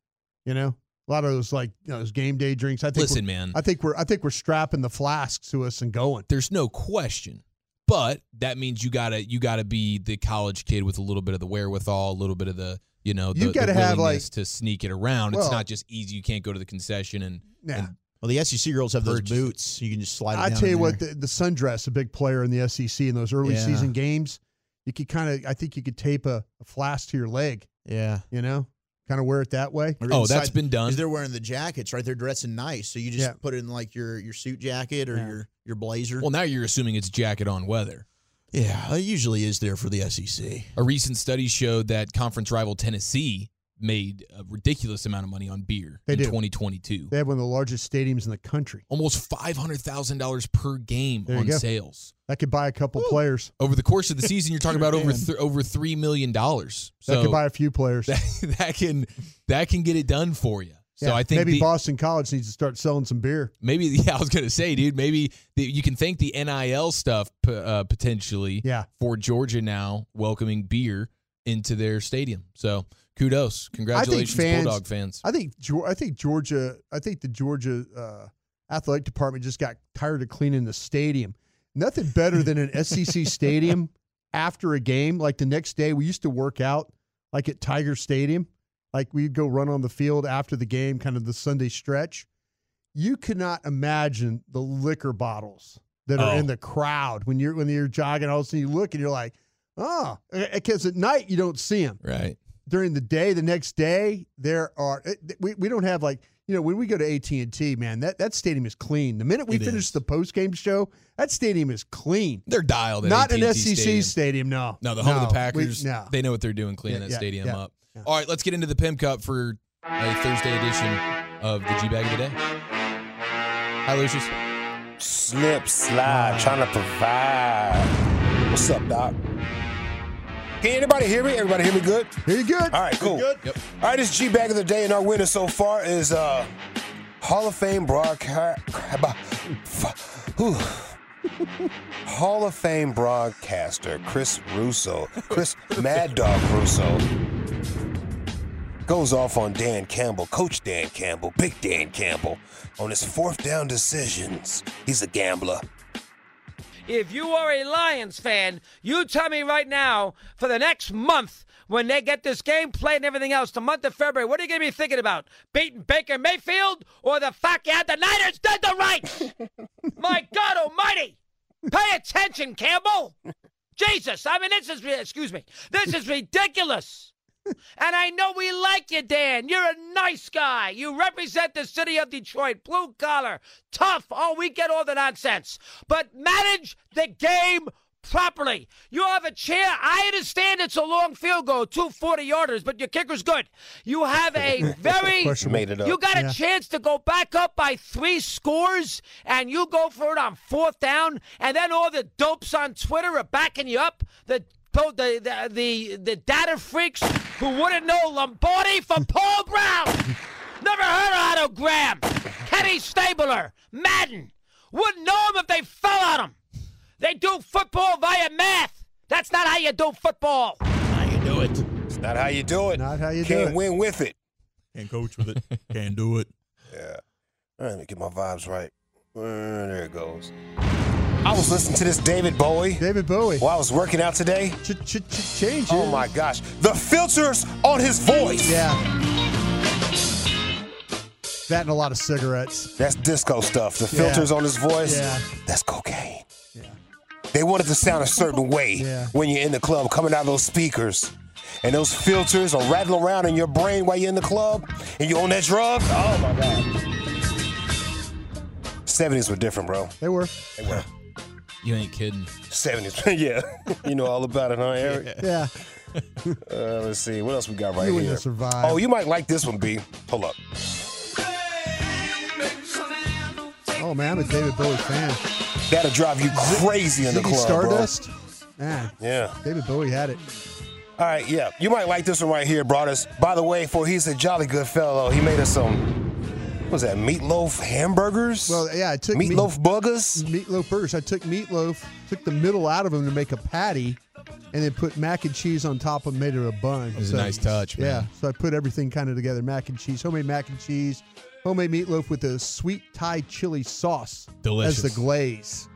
Speaker 3: You know, a lot of those like you know, those game day drinks. I think.
Speaker 2: Listen, man.
Speaker 3: we're, I think we're I think we're strapping the flasks to us and going.
Speaker 2: there's no question. But that means you gotta you gotta be the college kid with a little bit of the wherewithal, a little bit of the you know the,
Speaker 3: You
Speaker 2: the
Speaker 3: gotta have,
Speaker 2: willingness
Speaker 3: like-
Speaker 2: to sneak it around.
Speaker 3: Well-
Speaker 2: it's not just easy. You can't go to the concession and
Speaker 3: Nah.
Speaker 2: And
Speaker 1: Well, the SEC girls have those
Speaker 2: Purchase.
Speaker 1: boots. You can just slide. It
Speaker 3: I
Speaker 1: down
Speaker 3: tell you
Speaker 1: in
Speaker 3: what,
Speaker 1: there.
Speaker 3: the, the sundress, a big player in the SEC in those early
Speaker 1: Yeah.
Speaker 3: season games. You could kind of, I think you could tape a, a flask to your leg.
Speaker 1: yeah.
Speaker 3: You know, kind of wear it that way.
Speaker 1: Or
Speaker 2: oh, that's
Speaker 1: inside-
Speaker 2: been done.
Speaker 1: 'cause they're wearing the jackets, right? They're dressing nice, so you just
Speaker 3: Yeah.
Speaker 1: put it in like your your suit jacket or
Speaker 3: Yeah.
Speaker 1: your your blazer.
Speaker 2: well, now you're assuming it's jacket on weather.
Speaker 1: Yeah, it usually is there for the SEC.
Speaker 2: A recent study showed that conference rival Tennessee made a ridiculous amount of money on beer
Speaker 3: They
Speaker 2: in
Speaker 3: do.
Speaker 2: 2022.
Speaker 3: They have one of the largest stadiums in the country.
Speaker 2: Almost $500,000 per game
Speaker 3: There you
Speaker 2: on
Speaker 3: go.
Speaker 2: sales.
Speaker 3: That could buy a couple players.
Speaker 2: Over the course of the season, you're talking
Speaker 3: Sure
Speaker 2: about over
Speaker 3: can.
Speaker 2: th- over $3 million. So
Speaker 3: That could buy a few players.
Speaker 2: that, that can that can get it done for you. So
Speaker 3: Yeah,
Speaker 2: I think
Speaker 3: maybe
Speaker 2: the-
Speaker 3: Boston College needs to start selling some beer.
Speaker 2: maybe yeah, I was gonna say, dude, maybe the, you can thank the NIL stuff p- uh, potentially
Speaker 3: Yeah.
Speaker 2: for Georgia now welcoming beer into their stadium. So kudos,
Speaker 3: I think
Speaker 2: congratulations,
Speaker 3: fans-
Speaker 2: Bulldog fans.
Speaker 3: I think Geor- I think Georgia. I think the Georgia uh, athletic department just got tired of cleaning the stadium. Nothing better than an SEC stadium after a game. Like the next day, we used to work out like at Tiger Stadium. Like we'd go run on the field after the game, kind of the Sunday stretch. You could not imagine the liquor bottles that are
Speaker 2: Oh.
Speaker 3: in the crowd when you're when you're jogging. All of a sudden, you look and you're like, oh, because at night you don't see them
Speaker 2: Right.
Speaker 3: during the day the next day there are it- th- we, we don't have like you know when we go to AT&T man that, that stadium is clean the minute we
Speaker 1: It
Speaker 3: finish
Speaker 1: is.
Speaker 3: the post game show that stadium is clean
Speaker 2: They're dialed at
Speaker 3: not an
Speaker 2: AT&T
Speaker 3: SEC
Speaker 2: Stadium.
Speaker 3: stadium, no
Speaker 2: No, the home of the
Speaker 3: we-
Speaker 2: Packers.
Speaker 3: no.
Speaker 2: They know what they're doing cleaning
Speaker 3: Yeah,
Speaker 2: that
Speaker 3: yeah,
Speaker 2: stadium
Speaker 3: yeah,
Speaker 2: up.
Speaker 3: yeah.
Speaker 2: All right, let's get into the Pim Cup for a Thursday edition of the G Bag of the Day. Hi, Lucius.
Speaker 5: Slip, slide, trying to provide. What's up, Doc? Can anybody hear me? Everybody hear me good?
Speaker 3: here you good
Speaker 5: All right, cool.
Speaker 3: good
Speaker 2: Yep.
Speaker 5: All right, this G Bag of the Day, and our winner so far is uh, Hall of Fame broadcast. Hall of Fame broadcaster Chris Russo, Chris Mad Dog Russo, goes off on Dan Campbell, Coach Dan Campbell, Big Dan Campbell, on his fourth down decisions. He's a gambler.
Speaker 6: If you are a Lions fan, you tell me right now for the next month when they get this game played and everything else, the month of February, what are you going to be thinking about? Beating Baker Mayfield or the fact that the Niners did the right? My God Almighty! Pay attention, Campbell! Jesus, I mean, this is, ri- excuse me, this is ridiculous. And I know we like you, Dan. You're a nice guy. You represent the city of Detroit, blue collar, tough. Oh, we get all the nonsense. But manage the game properly. You have a chair. I understand it's a long field goal, two 40 yarders, but your kicker's good. You have a very
Speaker 5: Made it up.
Speaker 6: you got a
Speaker 3: Yeah.
Speaker 6: chance to go back up by three scores, and you go for it on fourth down, and then all the dopes on Twitter are backing you up. The the the the, the data freaks who wouldn't know Lombardi from Paul Brown. Never heard of Otto Graham, Kenny Stabler, Madden. Wouldn't know him if they fell on him. They do football via math. That's not how you do football.
Speaker 5: It's not how you do it.
Speaker 3: Not how you do
Speaker 5: Can't
Speaker 3: it.
Speaker 5: win with it.
Speaker 1: Can't coach with it. Can't do it.
Speaker 5: All right, let me get my vibes right. Uh, there it goes. I was listening to this David Bowie
Speaker 3: David Bowie
Speaker 5: while I was working out today.
Speaker 3: Ch- ch- ch- change
Speaker 5: Oh
Speaker 3: it.
Speaker 5: my gosh, the filters on his voice.
Speaker 3: yeah that and a lot of cigarettes
Speaker 5: That's disco stuff. The filters on his voice.
Speaker 3: Yeah.
Speaker 5: That's cocaine.
Speaker 3: yeah
Speaker 5: They want it to sound a certain way
Speaker 3: Yeah.
Speaker 5: when you're in the club, coming out of those speakers. And those filters are rattling around in your brain while you're in the club and you're on that drug. Oh my God. 70s were different, bro.
Speaker 3: they were
Speaker 5: They were.
Speaker 2: You ain't kidding.
Speaker 5: 70s. yeah. You know all about it, huh, Eric?
Speaker 3: yeah
Speaker 5: Uh, let's see. What else we got right
Speaker 3: You wouldn't
Speaker 5: here?
Speaker 3: have survived.
Speaker 5: Oh, you might like this one, B. Pull up.
Speaker 3: oh man I'm a David Bowie fan
Speaker 5: That'll drive you crazy in the
Speaker 3: Ziggy
Speaker 5: club,
Speaker 3: Stardust man
Speaker 5: bro. Yeah.
Speaker 3: David Bowie had it
Speaker 5: All right. Yeah. You might like this one right here, brothers. By the way, for he's a jolly good fellow. He made us some. What was that meatloaf hamburgers?
Speaker 3: well yeah I took me-
Speaker 5: meatloaf burgers.
Speaker 3: meatloaf burgers. I took meatloaf, took the middle out of them to make a patty, and then put mac and cheese on top and made it a bun.
Speaker 2: was a nice touch, man.
Speaker 3: Yeah, so I put everything kind of together: mac and cheese, homemade mac and cheese, homemade meatloaf with a sweet Thai chili sauce
Speaker 2: Delicious.
Speaker 3: as the glaze.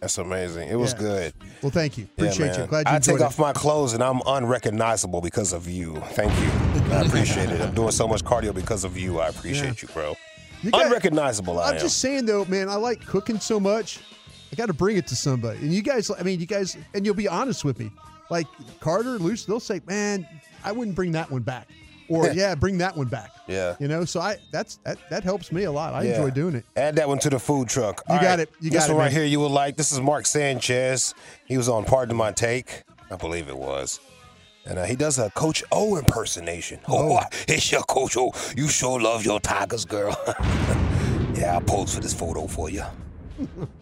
Speaker 5: That's amazing. It was
Speaker 3: Yeah.
Speaker 5: good.
Speaker 3: Well, thank you,
Speaker 5: Yeah,
Speaker 3: appreciate you.
Speaker 5: man.
Speaker 3: Glad you
Speaker 5: I
Speaker 3: enjoyed
Speaker 5: take
Speaker 3: it.
Speaker 5: off my clothes and I'm unrecognizable because of you. Thank you. I appreciate it. I'm doing so much cardio because of you. I appreciate you, bro.
Speaker 3: You got-
Speaker 5: Unrecognizable, I
Speaker 3: I'm
Speaker 5: am.
Speaker 3: just saying though, man, I like cooking so much. I got to bring it to somebody. And you guys, I mean, you guys, and you'll be honest with me. Like Carter, Luce, they'll say, man, I wouldn't bring that one back. or yeah, bring that one back.
Speaker 5: Yeah.
Speaker 3: You know, so I that's that that helps me a lot. I
Speaker 5: Yeah.
Speaker 3: enjoy doing it.
Speaker 5: Add that one to the food truck.
Speaker 3: You got it. You
Speaker 5: this
Speaker 3: got it,
Speaker 5: one right
Speaker 3: man.
Speaker 5: here you would like. This is Mark Sanchez. He was on Pardon My Take. I believe it was. And uh, he does a Coach O impersonation. Oh, it's your Coach O. You sure love your Tigers, girl. yeah, I'll pose for this photo for you.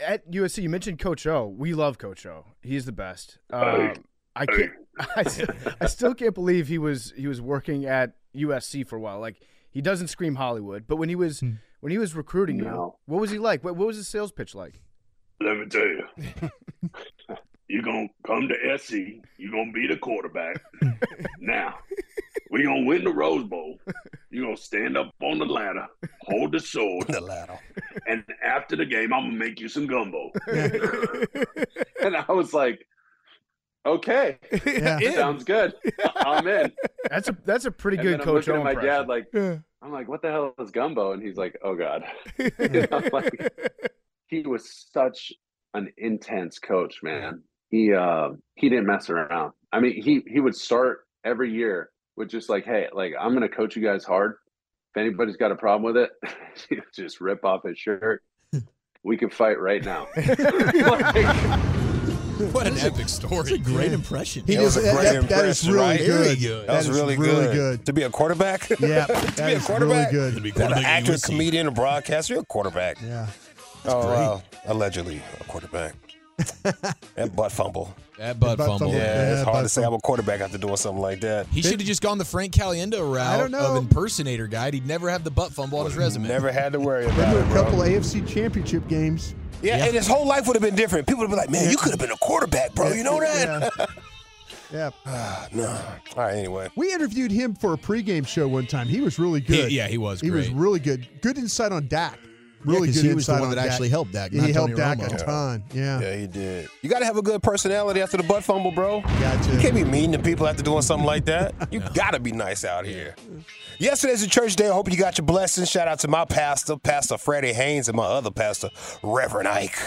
Speaker 9: At USC, you mentioned Coach O. We love Coach O. He's the best. Um, I can't. I, s- I still can't believe he was he was working at USC for a while. Like he doesn't scream Hollywood, but when he
Speaker 2: Hmm.
Speaker 9: was when he was recruiting you,
Speaker 10: No.
Speaker 9: what was he like? What, what was his sales pitch like?
Speaker 10: Let me tell you. You're going to come to SC. You're going to be the quarterback. now, we're going to win the Rose Bowl. You're going to stand up on the ladder, hold the sword,
Speaker 5: The ladder.
Speaker 10: and after the game, I'm going to make you some gumbo. and I was like, okay,
Speaker 3: Yeah.
Speaker 10: sounds good. I'm in.
Speaker 9: That's a that's a pretty
Speaker 10: And
Speaker 9: good
Speaker 10: then I'm
Speaker 9: Coach
Speaker 10: looking
Speaker 9: O.
Speaker 10: at my
Speaker 9: impression.
Speaker 10: dad like, I'm like, what the hell is gumbo? And he's like, oh god. You know, like, he was such an intense coach, man. He uh, he didn't mess around. I mean, he he would start every year with just like, hey, like I'm gonna coach you guys hard. If anybody's got a problem with it, he would just rip off his shirt. We could fight right now. Like,
Speaker 2: What an epic story.
Speaker 1: Great impression.
Speaker 3: He
Speaker 5: That was
Speaker 3: does
Speaker 5: a
Speaker 3: that,
Speaker 5: great
Speaker 3: that- that is
Speaker 5: impression,
Speaker 3: really
Speaker 5: right?
Speaker 3: good.
Speaker 2: good.
Speaker 5: That, was
Speaker 3: is
Speaker 5: really,
Speaker 3: really
Speaker 5: good.
Speaker 3: good.
Speaker 5: To be a quarterback?
Speaker 3: Yeah,
Speaker 5: to
Speaker 3: that
Speaker 5: be a
Speaker 3: is really
Speaker 5: quarterback?
Speaker 3: good.
Speaker 5: Not an actor, comedian, and broadcaster. You're a quarterback.
Speaker 3: Yeah.
Speaker 5: oh, wow. Allegedly, a quarterback. that butt fumble.
Speaker 2: That butt
Speaker 3: Butt
Speaker 2: fumble.
Speaker 3: fumble.
Speaker 5: Yeah,
Speaker 3: Yeah,
Speaker 5: it's
Speaker 3: butt
Speaker 5: hard to say I'm
Speaker 3: fumble.
Speaker 5: a quarterback after doing something like that.
Speaker 2: He should have just gone the Frank Caliendo route
Speaker 3: I don't know.
Speaker 2: of impersonator guy. He'd never have the butt fumble on his resume.
Speaker 5: Never had to worry about
Speaker 3: Been to
Speaker 5: it,
Speaker 3: a
Speaker 5: bro.
Speaker 3: couple AFC championship games.
Speaker 5: yeah, and his whole life would have been different. People would be like, "Man, you could have been a quarterback, bro. You know that?"
Speaker 3: Yeah. yeah.
Speaker 5: no. All right. Anyway,
Speaker 3: We interviewed him for a pregame show one time. He was really
Speaker 2: He-
Speaker 3: good.
Speaker 2: yeah, he was
Speaker 3: He was
Speaker 2: great.
Speaker 3: really good. Good insight on Dak. Really
Speaker 1: 'cause
Speaker 3: good
Speaker 1: he was the
Speaker 3: insight
Speaker 1: one
Speaker 3: on
Speaker 1: that actually helped Dak,
Speaker 3: Yeah,
Speaker 1: not
Speaker 3: he helped
Speaker 1: Tony
Speaker 3: Dak a
Speaker 1: Romo.
Speaker 3: ton. Yeah.
Speaker 5: yeah, he did. You got to have a good personality after the butt fumble, bro.
Speaker 3: Gotcha.
Speaker 5: You can't be mean to people after doing something like that. You got to be nice out here. Yesterday's a church day. I hope you got your blessings. Shout out to my pastor, Pastor Freddie Haynes, and my other pastor, Reverend Ike.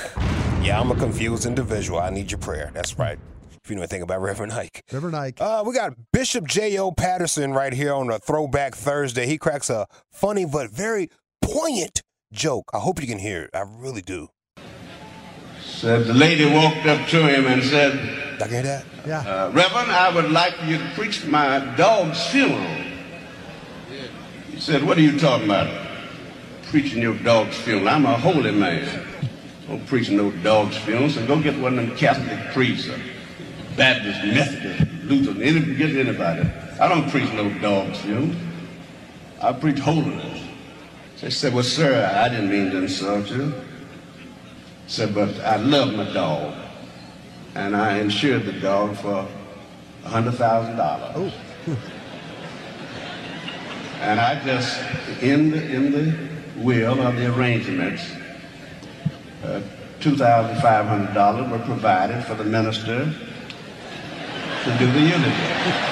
Speaker 5: Yeah, I'm a confused individual. I need your prayer. That's right. If you know anything about Reverend Ike.
Speaker 3: Reverend Ike.
Speaker 5: Uh, we got Bishop J.O. Patterson right here on a Throwback Thursday. He cracks a funny but very poignant joke. I hope you can hear it. I really do.
Speaker 11: Said the lady walked up to him and said,
Speaker 5: Y'all can hear that?
Speaker 3: yeah.
Speaker 11: uh, Reverend, I would like you to preach my dog's funeral. He said, What are you talking about? Preaching your dog's funeral. I'm a holy man. Don't preach no dog's funeral, so go get one of them Catholic priests, or Baptist, Methodist, Lutheran, any, get anybody. I don't preach no dog's funeral. I preach holiness. She said, Well, sir, I didn't mean to insult you. said, But I love my dog. and I insured the dog for hundred thousand dollars.
Speaker 5: Oh.
Speaker 11: and I just in the in the will of the arrangements, uh, two thousand five hundred dollars were provided for the minister to do the eulogy.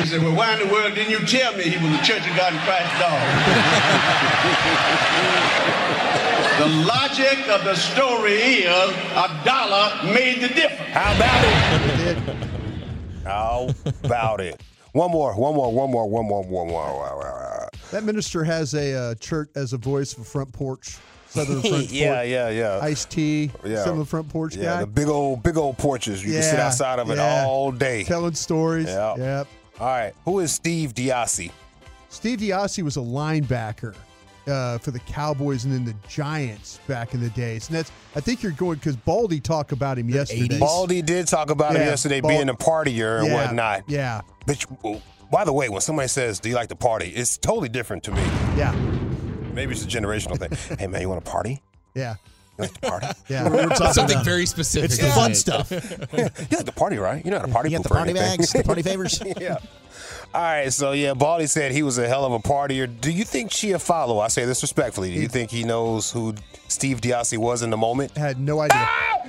Speaker 11: He said, "Well, why in the world didn't you tell me he was a Church of God in Christ dog?" the logic of the story is a dollar made the difference.
Speaker 5: How about it? How about it? One more, one more, one more, one more, one more.
Speaker 3: That minister has a uh, church as a voice for front porch, southern front
Speaker 5: Yeah,
Speaker 3: porch.
Speaker 5: yeah, yeah.
Speaker 3: Iced tea,
Speaker 5: Yeah.
Speaker 3: southern front porch
Speaker 5: yeah,
Speaker 3: guy.
Speaker 5: the big old, big old porches. You can sit
Speaker 3: Yeah,
Speaker 5: outside of it
Speaker 3: yeah.
Speaker 5: all day. All
Speaker 3: Telling stories.
Speaker 5: Yeah.
Speaker 3: Yep.
Speaker 5: right. Who is Steve Diassi?
Speaker 3: Steve Yossi was a linebacker uh, for the Cowboys and then the Giants back in the days. And that's, I think you're going because Baldy talked about him yesterday.
Speaker 5: Baldy did talk about him
Speaker 3: Yeah,
Speaker 5: yesterday
Speaker 3: Bal-
Speaker 5: being a partier and
Speaker 3: yeah,
Speaker 5: whatnot.
Speaker 3: Yeah,
Speaker 5: Bitch, oh, by the way, when somebody says, "Do you like to party?" it's totally different to me.
Speaker 3: yeah,
Speaker 5: Maybe it's a generational thing. hey man, you want to party?
Speaker 3: yeah,
Speaker 5: You like to party?
Speaker 3: yeah.
Speaker 1: We're talking
Speaker 2: Something
Speaker 1: about-
Speaker 2: very specific.
Speaker 1: It's the
Speaker 2: Yeah.
Speaker 1: fun stuff.
Speaker 5: you like to party, right? You know how to party.
Speaker 1: You got the
Speaker 5: pooper or
Speaker 1: party
Speaker 5: anything.
Speaker 1: bags, the party favors.
Speaker 5: yeah. All right, so yeah, Baldy said he was a hell of a partier. Do you think Chia Follow? I say this respectfully. Do you think he knows who Steve Diassi was in the moment?
Speaker 3: Had no idea.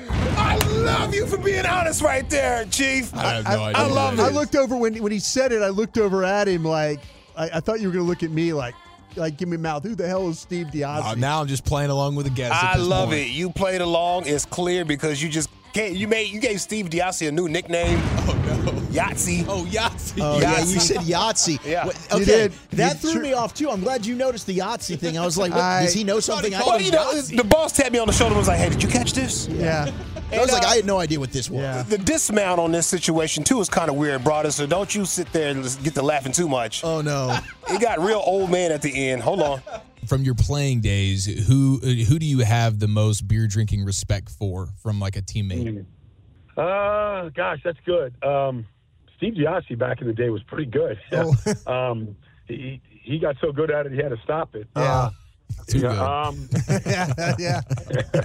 Speaker 5: I love you for being honest right there, Chief.
Speaker 2: I have no idea.
Speaker 5: I love
Speaker 3: I
Speaker 5: it.
Speaker 3: looked over when when he said it. I looked over at him like I, I thought you were gonna look at me like like give me mouth. Who the hell is Steve Diazzi?
Speaker 2: Uh, now I'm just playing along with a guess. at
Speaker 5: I
Speaker 2: this
Speaker 5: love
Speaker 2: point.
Speaker 5: it. You played along. It's clear because you just Hey, you made you gave Steve Diassi a new nickname. Oh no, Yahtzee.
Speaker 2: Oh Yahtzee.
Speaker 1: Oh, yeah, you said Yahtzee.
Speaker 5: Yeah.
Speaker 1: What-
Speaker 3: You
Speaker 1: Okay,
Speaker 3: did.
Speaker 1: that
Speaker 3: You
Speaker 1: threw
Speaker 3: tr-
Speaker 1: me off too. I'm glad you noticed the Yahtzee thing. I was like, what,
Speaker 3: I-
Speaker 1: does he know something? I,
Speaker 5: Well, you know, the boss tapped me on the shoulder and was like, "Hey, did you catch this?"
Speaker 3: Yeah.
Speaker 1: I was
Speaker 5: And,
Speaker 1: like,
Speaker 5: uh,
Speaker 1: I had no idea what this was.
Speaker 3: Yeah.
Speaker 5: The dismount on this situation too is kind of weird, brother. So don't you sit there and just get to laughing too much.
Speaker 1: Oh no.
Speaker 5: It got real old man at the end. Hold on.
Speaker 2: From your playing days, who who do you have the most beer drinking respect for from like a teammate?
Speaker 4: Uh, gosh, that's good. Um, Steve Giassi back in the day was pretty good.
Speaker 2: Oh.
Speaker 4: um, he he got so good at it, he had to stop it. Uh,
Speaker 2: Oh, Too good.
Speaker 4: um,
Speaker 3: yeah. Yeah.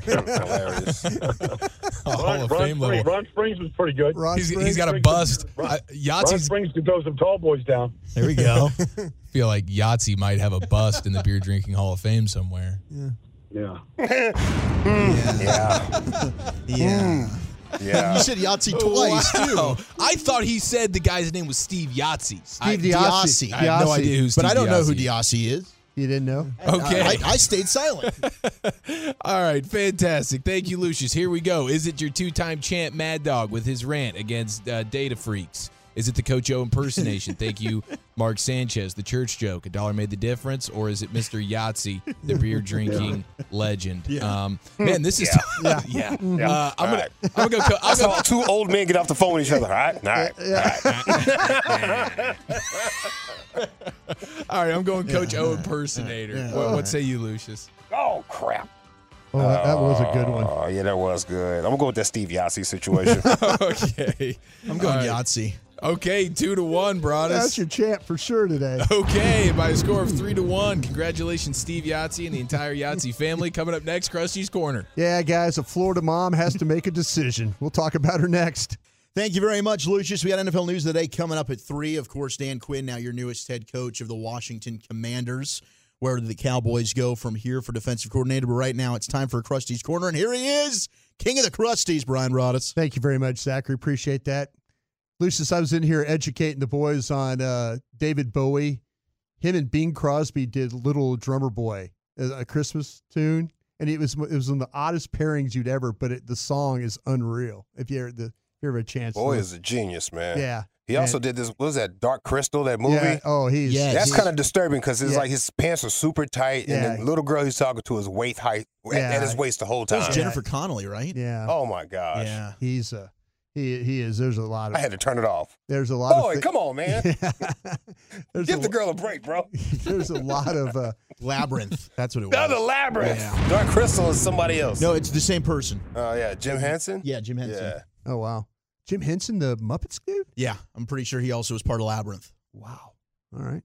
Speaker 5: Hilarious.
Speaker 2: Hall
Speaker 4: Ron,
Speaker 2: of
Speaker 4: Ron
Speaker 2: Fame
Speaker 4: Springs,
Speaker 2: level.
Speaker 4: Ron Springs was pretty good.
Speaker 3: Ron
Speaker 2: He's,
Speaker 3: Springs.
Speaker 2: he's got a
Speaker 4: Springs-
Speaker 2: bust.
Speaker 4: Ron-
Speaker 2: Uh,
Speaker 4: Ron
Speaker 2: Yahtzee's
Speaker 4: Springs could throw some tall boys down.
Speaker 2: There we go. feel like Yahtzee might have a bust in the beer drinking Hall of Fame somewhere.
Speaker 4: Yeah.
Speaker 5: Yeah.
Speaker 1: Yeah.
Speaker 5: Yeah.
Speaker 1: You said Yahtzee twice
Speaker 2: Wow.
Speaker 1: too.
Speaker 2: I thought he said the guy's name was Steve Yahtzee.
Speaker 3: Steve
Speaker 1: I-
Speaker 3: Diassi.
Speaker 1: Diassi.
Speaker 2: I have no idea who Steve
Speaker 1: But I don't know who
Speaker 2: Diassi
Speaker 1: Diassi is.
Speaker 3: You didn't know?
Speaker 2: Okay.
Speaker 1: I, I stayed silent.
Speaker 2: All right, fantastic. Thank you, Lucius. Here we go. Is it your two-time champ Mad Dog with his rant against uh, data freaks? Is it the Coach O impersonation? Thank you, Mark Sanchez. The church joke, a dollar made the difference, or is it Mr. Yahtzee, the beer drinking legend? Um, man, this is yeah. yeah. Uh, I'm gonna, I'm gonna go. Co- I'm
Speaker 5: I
Speaker 2: gonna,
Speaker 5: saw two old men get off the phone with each other. All right. All right. All right.
Speaker 2: all right, I'm going Coach O impersonator. What, what say you, Lucius?
Speaker 5: Oh crap.
Speaker 3: Oh, that, that was a good one.
Speaker 5: Oh yeah, that was good. I'm gonna go with that Steve Yahtzee situation.
Speaker 2: okay,
Speaker 1: I'm going
Speaker 2: All right.
Speaker 1: Yahtzee.
Speaker 2: Okay, two to one, Broadus.
Speaker 3: That's your champ for sure today.
Speaker 2: Okay, by a score of three to one. Congratulations, Steve Yahtzee and the entire Yahtzee family. Coming up next, Krusty's Corner.
Speaker 3: Yeah, guys, a Florida mom has to make a decision. We'll talk about her next.
Speaker 1: Thank you very much, Lucius. We got NFL news today coming up at three. Of course, Dan Quinn, now your newest head coach of the Washington Commanders. Where do the Cowboys go from here for defensive coordinator? But right now, it's time for Krusty's corner, and here he is, King of the Krusties, Brian Roddus.
Speaker 3: Thank you very much, Zachary. Appreciate that. Lucius, I was in here educating the boys on uh, David Bowie. Him and Bing Crosby did "Little Drummer Boy," uh, a a Christmas tune, and it was it was one of the oddest pairings you'd ever. But it, the song is unreal. If you ever the if you ever have a chance, to
Speaker 5: Boy
Speaker 3: look.
Speaker 5: is a genius, man.
Speaker 3: yeah.
Speaker 5: He also did this. What was that Dark Crystal? That movie.
Speaker 3: Yeah. Oh, he's
Speaker 1: Yeah,
Speaker 5: That's
Speaker 1: he's-
Speaker 5: kind of disturbing because it's
Speaker 3: Yeah.
Speaker 5: like his pants are super tight,
Speaker 3: Yeah.
Speaker 5: and the little girl he's talking to is waist height at-
Speaker 3: Yeah.
Speaker 5: at his waist the whole
Speaker 1: That was
Speaker 5: time.
Speaker 1: Jennifer Connelly, right?
Speaker 3: yeah.
Speaker 5: Oh my gosh!
Speaker 1: Yeah.
Speaker 3: He's uh, he he is. There's a lot
Speaker 5: I
Speaker 3: of
Speaker 5: had to turn it off.
Speaker 3: there's a lot
Speaker 5: Boy,
Speaker 3: of.
Speaker 5: come on, man!
Speaker 3: there's, a,
Speaker 5: Give the girl a break, bro.
Speaker 3: there's a lot of uh,
Speaker 1: Labyrinth. That's what it was.
Speaker 5: Another labyrinth. Dark Crystal is somebody else.
Speaker 1: No, it's the same person.
Speaker 5: Oh yeah, Jim Henson.
Speaker 1: Yeah, Jim Henson.
Speaker 5: Yeah.
Speaker 3: oh wow, Jim Henson, the Muppets dude.
Speaker 1: Yeah, I'm pretty sure he also was part of Labyrinth.
Speaker 3: Wow. All right.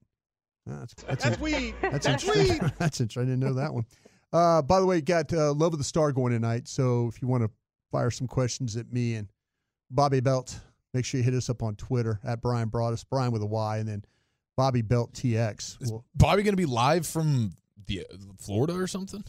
Speaker 3: Ah, That's, that's, weed. That's, interesting. that's interesting. I didn't know that one. Uh, by the way, got uh, Love of the Star going tonight. So if you want to fire some questions at me and Bobby Belt, make sure you hit us up on Twitter at Brian Broadus, Brian with a Y, and then Bobby Belt TX.
Speaker 2: Is
Speaker 3: Well,
Speaker 2: Bobby going to be live from the Florida or something?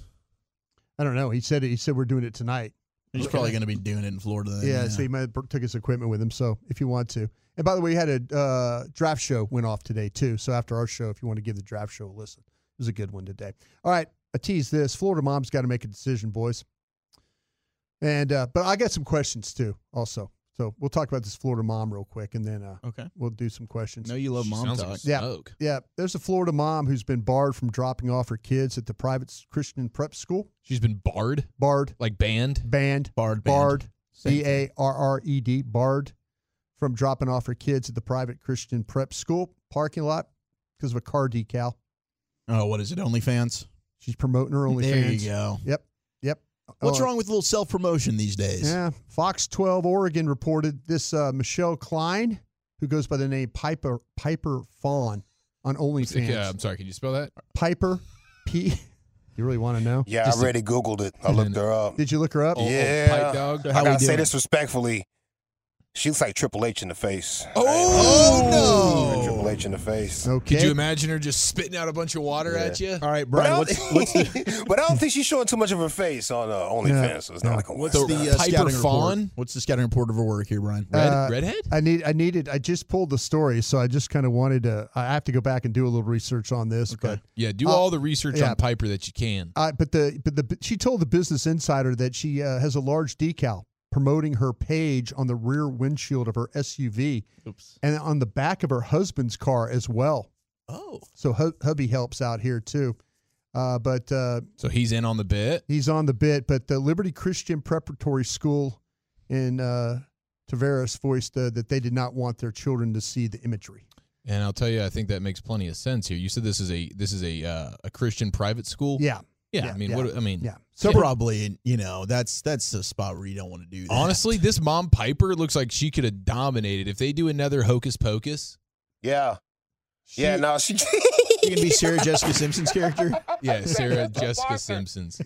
Speaker 3: I don't know. He said he said we're doing it tonight.
Speaker 1: He's probably going to be doing it in Florida. uh, Then,
Speaker 3: Yeah, so he might have took his equipment with him. So if you want to, and by the way, we had a uh, draft show went off today too. So after our show, if you want to give the draft show a listen, it was a good one today. All right, I tease this. Florida mom's got to make a decision, boys. And uh, but I got some questions too, also. So we'll talk about this Florida mom real quick, and then uh,
Speaker 1: Okay.
Speaker 3: we'll do some questions.
Speaker 1: No, you love
Speaker 2: She
Speaker 1: mom
Speaker 2: sounds
Speaker 1: talk.
Speaker 2: like
Speaker 3: Yeah.
Speaker 2: smoke.
Speaker 3: Yeah, there's a Florida mom who's been barred from dropping off her kids at the private Christian prep school.
Speaker 2: She's been barred,
Speaker 3: Barred,
Speaker 2: like banned.
Speaker 3: banned,
Speaker 1: Bard.
Speaker 3: barred,
Speaker 1: Same
Speaker 3: B A R R E D, barred from dropping off her kids at the private Christian prep school parking lot because of a car decal.
Speaker 1: Oh, what is it? OnlyFans.
Speaker 3: She's promoting her OnlyFans.
Speaker 1: There you go.
Speaker 3: Yep. Yep.
Speaker 1: What's
Speaker 3: Oh,
Speaker 1: wrong with a little self promotion these days?
Speaker 3: Yeah. Fox 12 Oregon reported this uh, Michelle Klein, who goes by the name Piper Piper Fawn on OnlyFans.
Speaker 2: Yeah, I'm sorry. Can you spell that?
Speaker 3: Piper P. You really want to know?
Speaker 5: Yeah, I already googled it. I looked her up.
Speaker 3: Did you look her up?
Speaker 2: Old- old
Speaker 1: Oh,
Speaker 5: Yeah.
Speaker 2: pipe dog.
Speaker 5: I gotta say this respectfully. She looks like Triple H in the face.
Speaker 2: Oh,
Speaker 5: no! Triple H in the face.
Speaker 3: Okay.
Speaker 2: Could you imagine her just spitting out a bunch of water at you?
Speaker 1: All right,
Speaker 5: But
Speaker 1: Brian.
Speaker 5: I, don't,
Speaker 1: What's, what's the
Speaker 5: but I don't think she's showing too much of her face on uh, OnlyFans. so it's not like a
Speaker 1: what's
Speaker 5: western.
Speaker 1: the uh,
Speaker 2: Piper
Speaker 1: scouting report?
Speaker 2: Fawn?
Speaker 1: What's the scouting report of her work here, Brian?
Speaker 2: Red,
Speaker 3: Uh,
Speaker 2: redhead?
Speaker 3: I need I needed I just pulled the story, so I just kind of wanted to I have to go back and do a little research on this, but
Speaker 2: Yeah, do
Speaker 3: uh,
Speaker 2: all the research
Speaker 3: yeah.
Speaker 2: on Piper that you can.
Speaker 3: Uh, but the but the she told the Business Insider that she uh, has a large decal promoting her page on the rear windshield of her SUV
Speaker 12: Oops.
Speaker 3: and on the back of her husband's car as well.
Speaker 2: Oh.
Speaker 3: So hu- hubby helps out here too. Uh, but uh,
Speaker 2: So he's in on the bit.
Speaker 3: He's on the bit, but the Liberty Christian Preparatory School in uh, Tavares voiced uh, that they did not want their children to see the imagery.
Speaker 2: And I'll tell you, I think that makes plenty of sense here. You said this is a this is a uh, a Christian private school.
Speaker 3: Yeah.
Speaker 2: Yeah. I mean, what I mean.
Speaker 3: Yeah.
Speaker 1: So probably, you know, that's that's the spot where you don't want to do that.
Speaker 2: Honestly, this mom Piper looks like she could have dominated if they do another hocus pocus.
Speaker 5: Yeah. yeah, no, she.
Speaker 1: you gonna be Sarah Jessica Simpson's character?
Speaker 2: Yeah, Sarah Jessica Simpson's.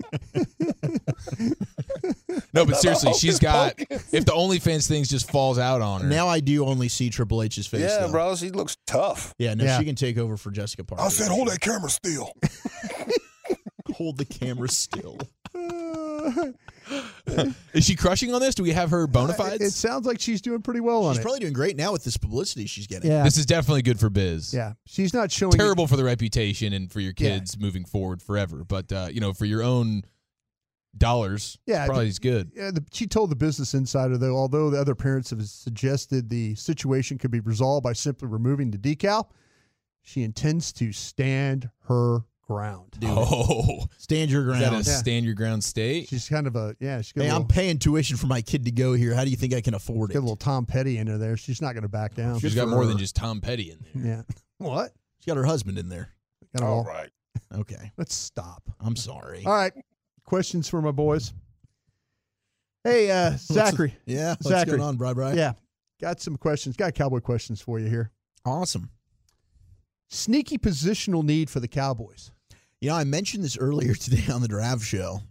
Speaker 2: No, but seriously, she's got. If the OnlyFans thing just falls out on her,
Speaker 1: Now I do only see Triple H's face.
Speaker 5: yeah,
Speaker 1: though.
Speaker 5: bro, she looks tough.
Speaker 1: Yeah, no,
Speaker 5: Yeah.
Speaker 1: she can take over for Jessica Parker.
Speaker 5: I said, hold that camera still.
Speaker 1: hold the camera still.
Speaker 2: is she crushing on this? Do we have her bona
Speaker 3: It,
Speaker 2: fides?
Speaker 3: it sounds like she's doing pretty well on
Speaker 1: She's
Speaker 3: it.
Speaker 1: probably doing great now with this publicity she's getting.
Speaker 3: Yeah.
Speaker 2: This is definitely good for biz.
Speaker 3: yeah, she's not showing.
Speaker 2: Terrible for the reputation and for your
Speaker 3: Yeah.
Speaker 2: kids moving forward forever. But uh, you know, for your own dollars,
Speaker 3: Yeah,
Speaker 2: yeah, probably is good.
Speaker 3: Yeah, the, she told the Business Insider though, although the other parents have suggested the situation could be resolved by simply removing the decal, she intends to stand her ground.
Speaker 2: Oh,
Speaker 1: stand your
Speaker 2: Is
Speaker 1: ground.
Speaker 2: that a stand your ground state?
Speaker 3: She's kind of a yeah. She's got
Speaker 1: Hey,
Speaker 3: a
Speaker 1: I'm
Speaker 3: little,
Speaker 1: paying tuition for my kid to go here. How do you think I can afford
Speaker 3: got a
Speaker 1: it?
Speaker 3: little Tom Petty in her there. She's not going to back down.
Speaker 2: She's got more than just Tom Petty in there.
Speaker 3: yeah. What?
Speaker 1: She's got her husband in there.
Speaker 3: Got 'em
Speaker 1: Oh.
Speaker 3: all.
Speaker 1: Okay.
Speaker 3: Let's stop.
Speaker 1: I'm sorry.
Speaker 3: All right. Questions for my boys. Hey, uh, Zachary.
Speaker 1: yeah. What's
Speaker 3: Zachary.
Speaker 1: going on, Bri Bri?
Speaker 3: Yeah. Got some questions. Got cowboy questions for you here.
Speaker 1: Awesome.
Speaker 3: Sneaky positional need for the Cowboys.
Speaker 1: You know, I mentioned this earlier today on the draft show.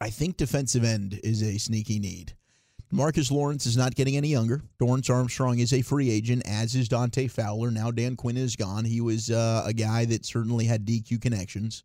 Speaker 1: I think defensive end is a sneaky need. Marcus Lawrence is not getting any younger. Dorrance Armstrong is a free agent, as is Dante Fowler. Now Dan Quinn is gone. He was uh, a guy that certainly had DQ connections.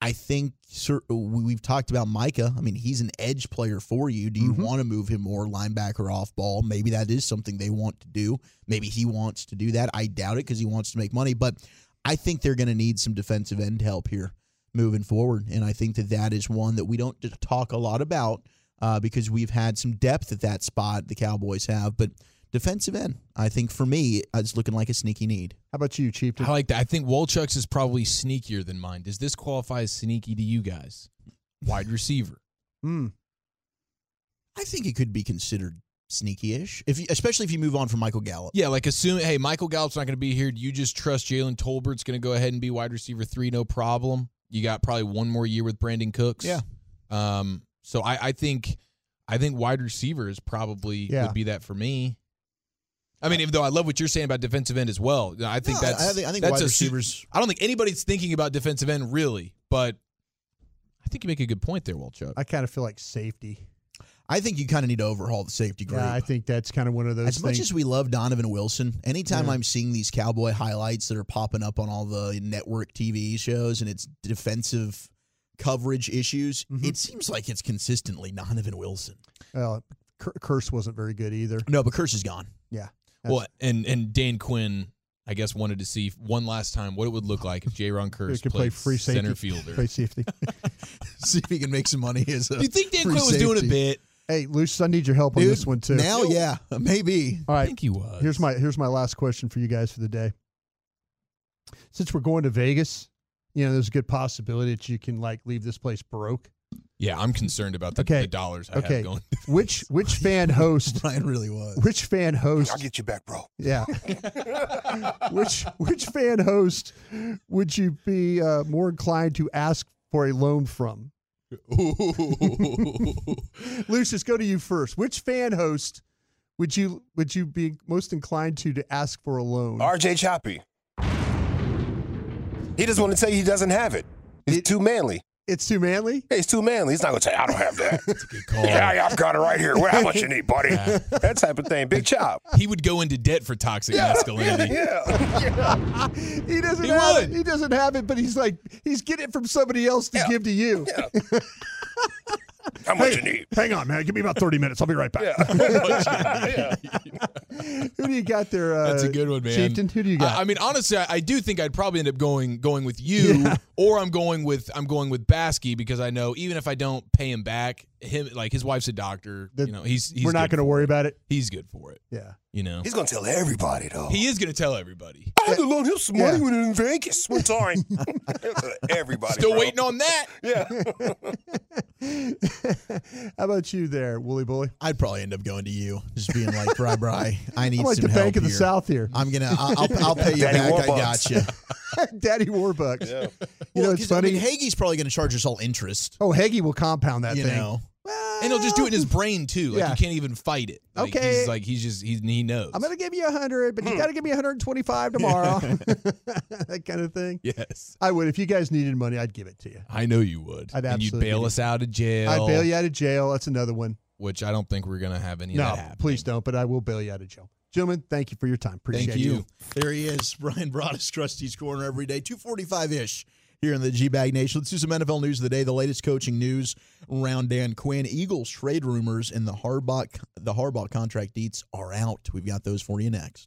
Speaker 1: I think sir, we- we've talked about Micah. I mean, he's an edge player for you. Do you
Speaker 3: Mm-hmm.
Speaker 1: want to move him more linebacker off ball? Maybe that is something they want to do. Maybe he wants to do that. I doubt it because he wants to make money. But I think they're going to need some defensive end help here moving forward. And I think that that is one that we don't just talk a lot about uh, because we've had some depth at that spot, the Cowboys have. But defensive end, I think for me, it's looking like a sneaky need.
Speaker 3: How about you, Chief?
Speaker 2: I like that. I think Wolchuk's is probably sneakier than mine. Does this qualify as sneaky to you guys? Wide receiver.
Speaker 3: Hmm.
Speaker 1: I think it could be considered sneaky-ish, if you, especially if you move on from Michael Gallup.
Speaker 2: Yeah, like assume hey, Michael Gallup's not going to be here. Do you just trust Jalen Tolbert's going to go ahead and be wide receiver three? No problem. You got probably one more year with Brandon Cooks.
Speaker 1: Yeah.
Speaker 2: Um. So I, I think I think wide receiver is probably
Speaker 1: Yeah.
Speaker 2: would be that for me. I mean, even though I love what you're saying about defensive end as well, I think
Speaker 1: No, I-
Speaker 2: that's
Speaker 1: I think- I think
Speaker 2: that's
Speaker 1: wide
Speaker 2: a su-
Speaker 1: receivers-
Speaker 2: I don't think anybody's thinking about defensive end really, but I think you make a good point there, Walchuk.
Speaker 3: I kind of feel like safety.
Speaker 1: I think you kind of need to overhaul the safety group.
Speaker 3: Yeah, I think that's kind of one of those
Speaker 1: as much
Speaker 3: things.
Speaker 1: as we love Donovan Wilson, anytime
Speaker 3: Yeah.
Speaker 1: I'm seeing these cowboy highlights that are popping up on all the network TV shows and it's defensive coverage issues,
Speaker 3: Mm-hmm.
Speaker 1: it seems like it's consistently Donovan Wilson.
Speaker 3: uh, Cur- Curse wasn't very good either.
Speaker 1: No, but Curse is gone.
Speaker 3: Yeah.
Speaker 2: Well, and and Dan Quinn, I guess, wanted to see one last time what it would look like if J. Ron Curse
Speaker 3: He could
Speaker 2: played
Speaker 3: play free safety.
Speaker 2: center fielder.
Speaker 3: Free safety.
Speaker 1: See if he can make some money as a
Speaker 2: Do you think Dan
Speaker 1: free
Speaker 2: Quinn was doing a
Speaker 1: safety.
Speaker 2: bit?
Speaker 3: hey, Luce, I need your help on
Speaker 1: Dude,
Speaker 3: this one too.
Speaker 1: Now, yeah, maybe.
Speaker 3: All
Speaker 2: I
Speaker 3: right.
Speaker 2: think he was.
Speaker 3: Here's my here's my last question for you guys for the day. Since we're going to Vegas, you know, there's a good possibility that you can like leave this place broke.
Speaker 2: yeah, I'm concerned about the,
Speaker 3: Okay.
Speaker 2: the dollars I
Speaker 3: Okay.
Speaker 2: have going.
Speaker 3: Which which fan host
Speaker 1: Brian really was.
Speaker 3: which fan host
Speaker 5: I'll get you back, bro.
Speaker 3: yeah. which which fan host would you be uh, more inclined to ask for a loan from? Lucius, go to you first. Which fan host would you would you be most inclined to to ask for a loan?
Speaker 5: RJ Choppy. He just want to tell you he doesn't have it. He's too manly.
Speaker 3: It's too manly.
Speaker 5: Hey, he's too manly. He's not gonna tell you I don't have that.
Speaker 2: Call.
Speaker 5: yeah, yeah, I've got it right here. What, how much you need, buddy? That type of thing. Big chop.
Speaker 2: He would go into debt for toxic masculinity.
Speaker 5: Yeah.
Speaker 3: He doesn't
Speaker 2: He
Speaker 3: have
Speaker 2: would.
Speaker 3: it. He doesn't have it, but he's like he's getting it from somebody else to give to you.
Speaker 5: How much you need?
Speaker 3: Hang on, man. Give me about thirty minutes. I'll be right back.
Speaker 5: Yeah.
Speaker 3: Who do you got there? Uh,
Speaker 2: That's a good one, man.
Speaker 3: Chieftain, who do you got?
Speaker 2: I, I mean, honestly, I, I do think I'd probably end up going going with you, or I'm going with I'm going with Baskey because I know even if I don't pay him back, him like his wife's a doctor.
Speaker 3: The-
Speaker 2: you know, he's, he's
Speaker 3: we're not
Speaker 2: good
Speaker 3: going to
Speaker 2: for
Speaker 3: worry about it.
Speaker 2: He's good for it.
Speaker 3: Yeah.
Speaker 2: You know,
Speaker 5: He's gonna tell everybody though.
Speaker 2: He is gonna tell everybody.
Speaker 5: I had to loan him some money when in Vegas one time. everybody.
Speaker 2: Still
Speaker 5: bro.
Speaker 2: waiting on that.
Speaker 5: Yeah.
Speaker 3: How about you there, Wooly Bully?
Speaker 1: I'd probably end up going to you, just being like, "Bri, Bri, I need
Speaker 3: I'm like
Speaker 1: some
Speaker 3: the
Speaker 1: help
Speaker 3: Bank of the
Speaker 1: here.
Speaker 3: South here.
Speaker 1: I'm gonna, I'll, I'll, I'll pay you
Speaker 5: Daddy
Speaker 1: back. I
Speaker 5: Warbucks.
Speaker 1: got you."
Speaker 3: Daddy Warbucks.
Speaker 5: Yeah.
Speaker 3: You know, it's
Speaker 1: 'cause, I
Speaker 3: funny.
Speaker 1: mean, Hagee's probably going to charge us all interest.
Speaker 3: oh, Heggie will compound that
Speaker 1: you
Speaker 3: thing.
Speaker 1: know,
Speaker 2: And he'll just do it in his brain too. Like
Speaker 3: Yeah.
Speaker 2: you can't even fight it. Like,
Speaker 3: Okay.
Speaker 2: He's like he's just he, he knows.
Speaker 3: I'm going to give you 100, but you
Speaker 5: Hmm.
Speaker 3: got to give me 125 tomorrow. that kind of thing.
Speaker 2: yes.
Speaker 3: I would. If you guys needed money, I'd give it to you.
Speaker 2: I know you would.
Speaker 3: I'd
Speaker 2: and you'd
Speaker 3: absolutely
Speaker 2: bail
Speaker 3: do.
Speaker 2: us out of jail.
Speaker 3: I'd bail you out of jail. That's another one.
Speaker 2: Which I don't think we're gonna have any of
Speaker 3: no,
Speaker 2: that happen.
Speaker 3: please don't, but I will bail you out of jail. Gentlemen, thank you for your time. Appreciate
Speaker 2: Thank you.
Speaker 1: there he is, Brian Broaddus, Trusty's Corner every day, two forty-five ish here in the G Bag Nation. Let's do some NFL news of the day, the latest coaching news around Dan Quinn, Eagles trade rumors, and the Harbaugh the Harbaugh contract deets are out. We've got those for you next.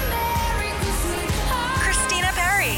Speaker 8: Christina Perry.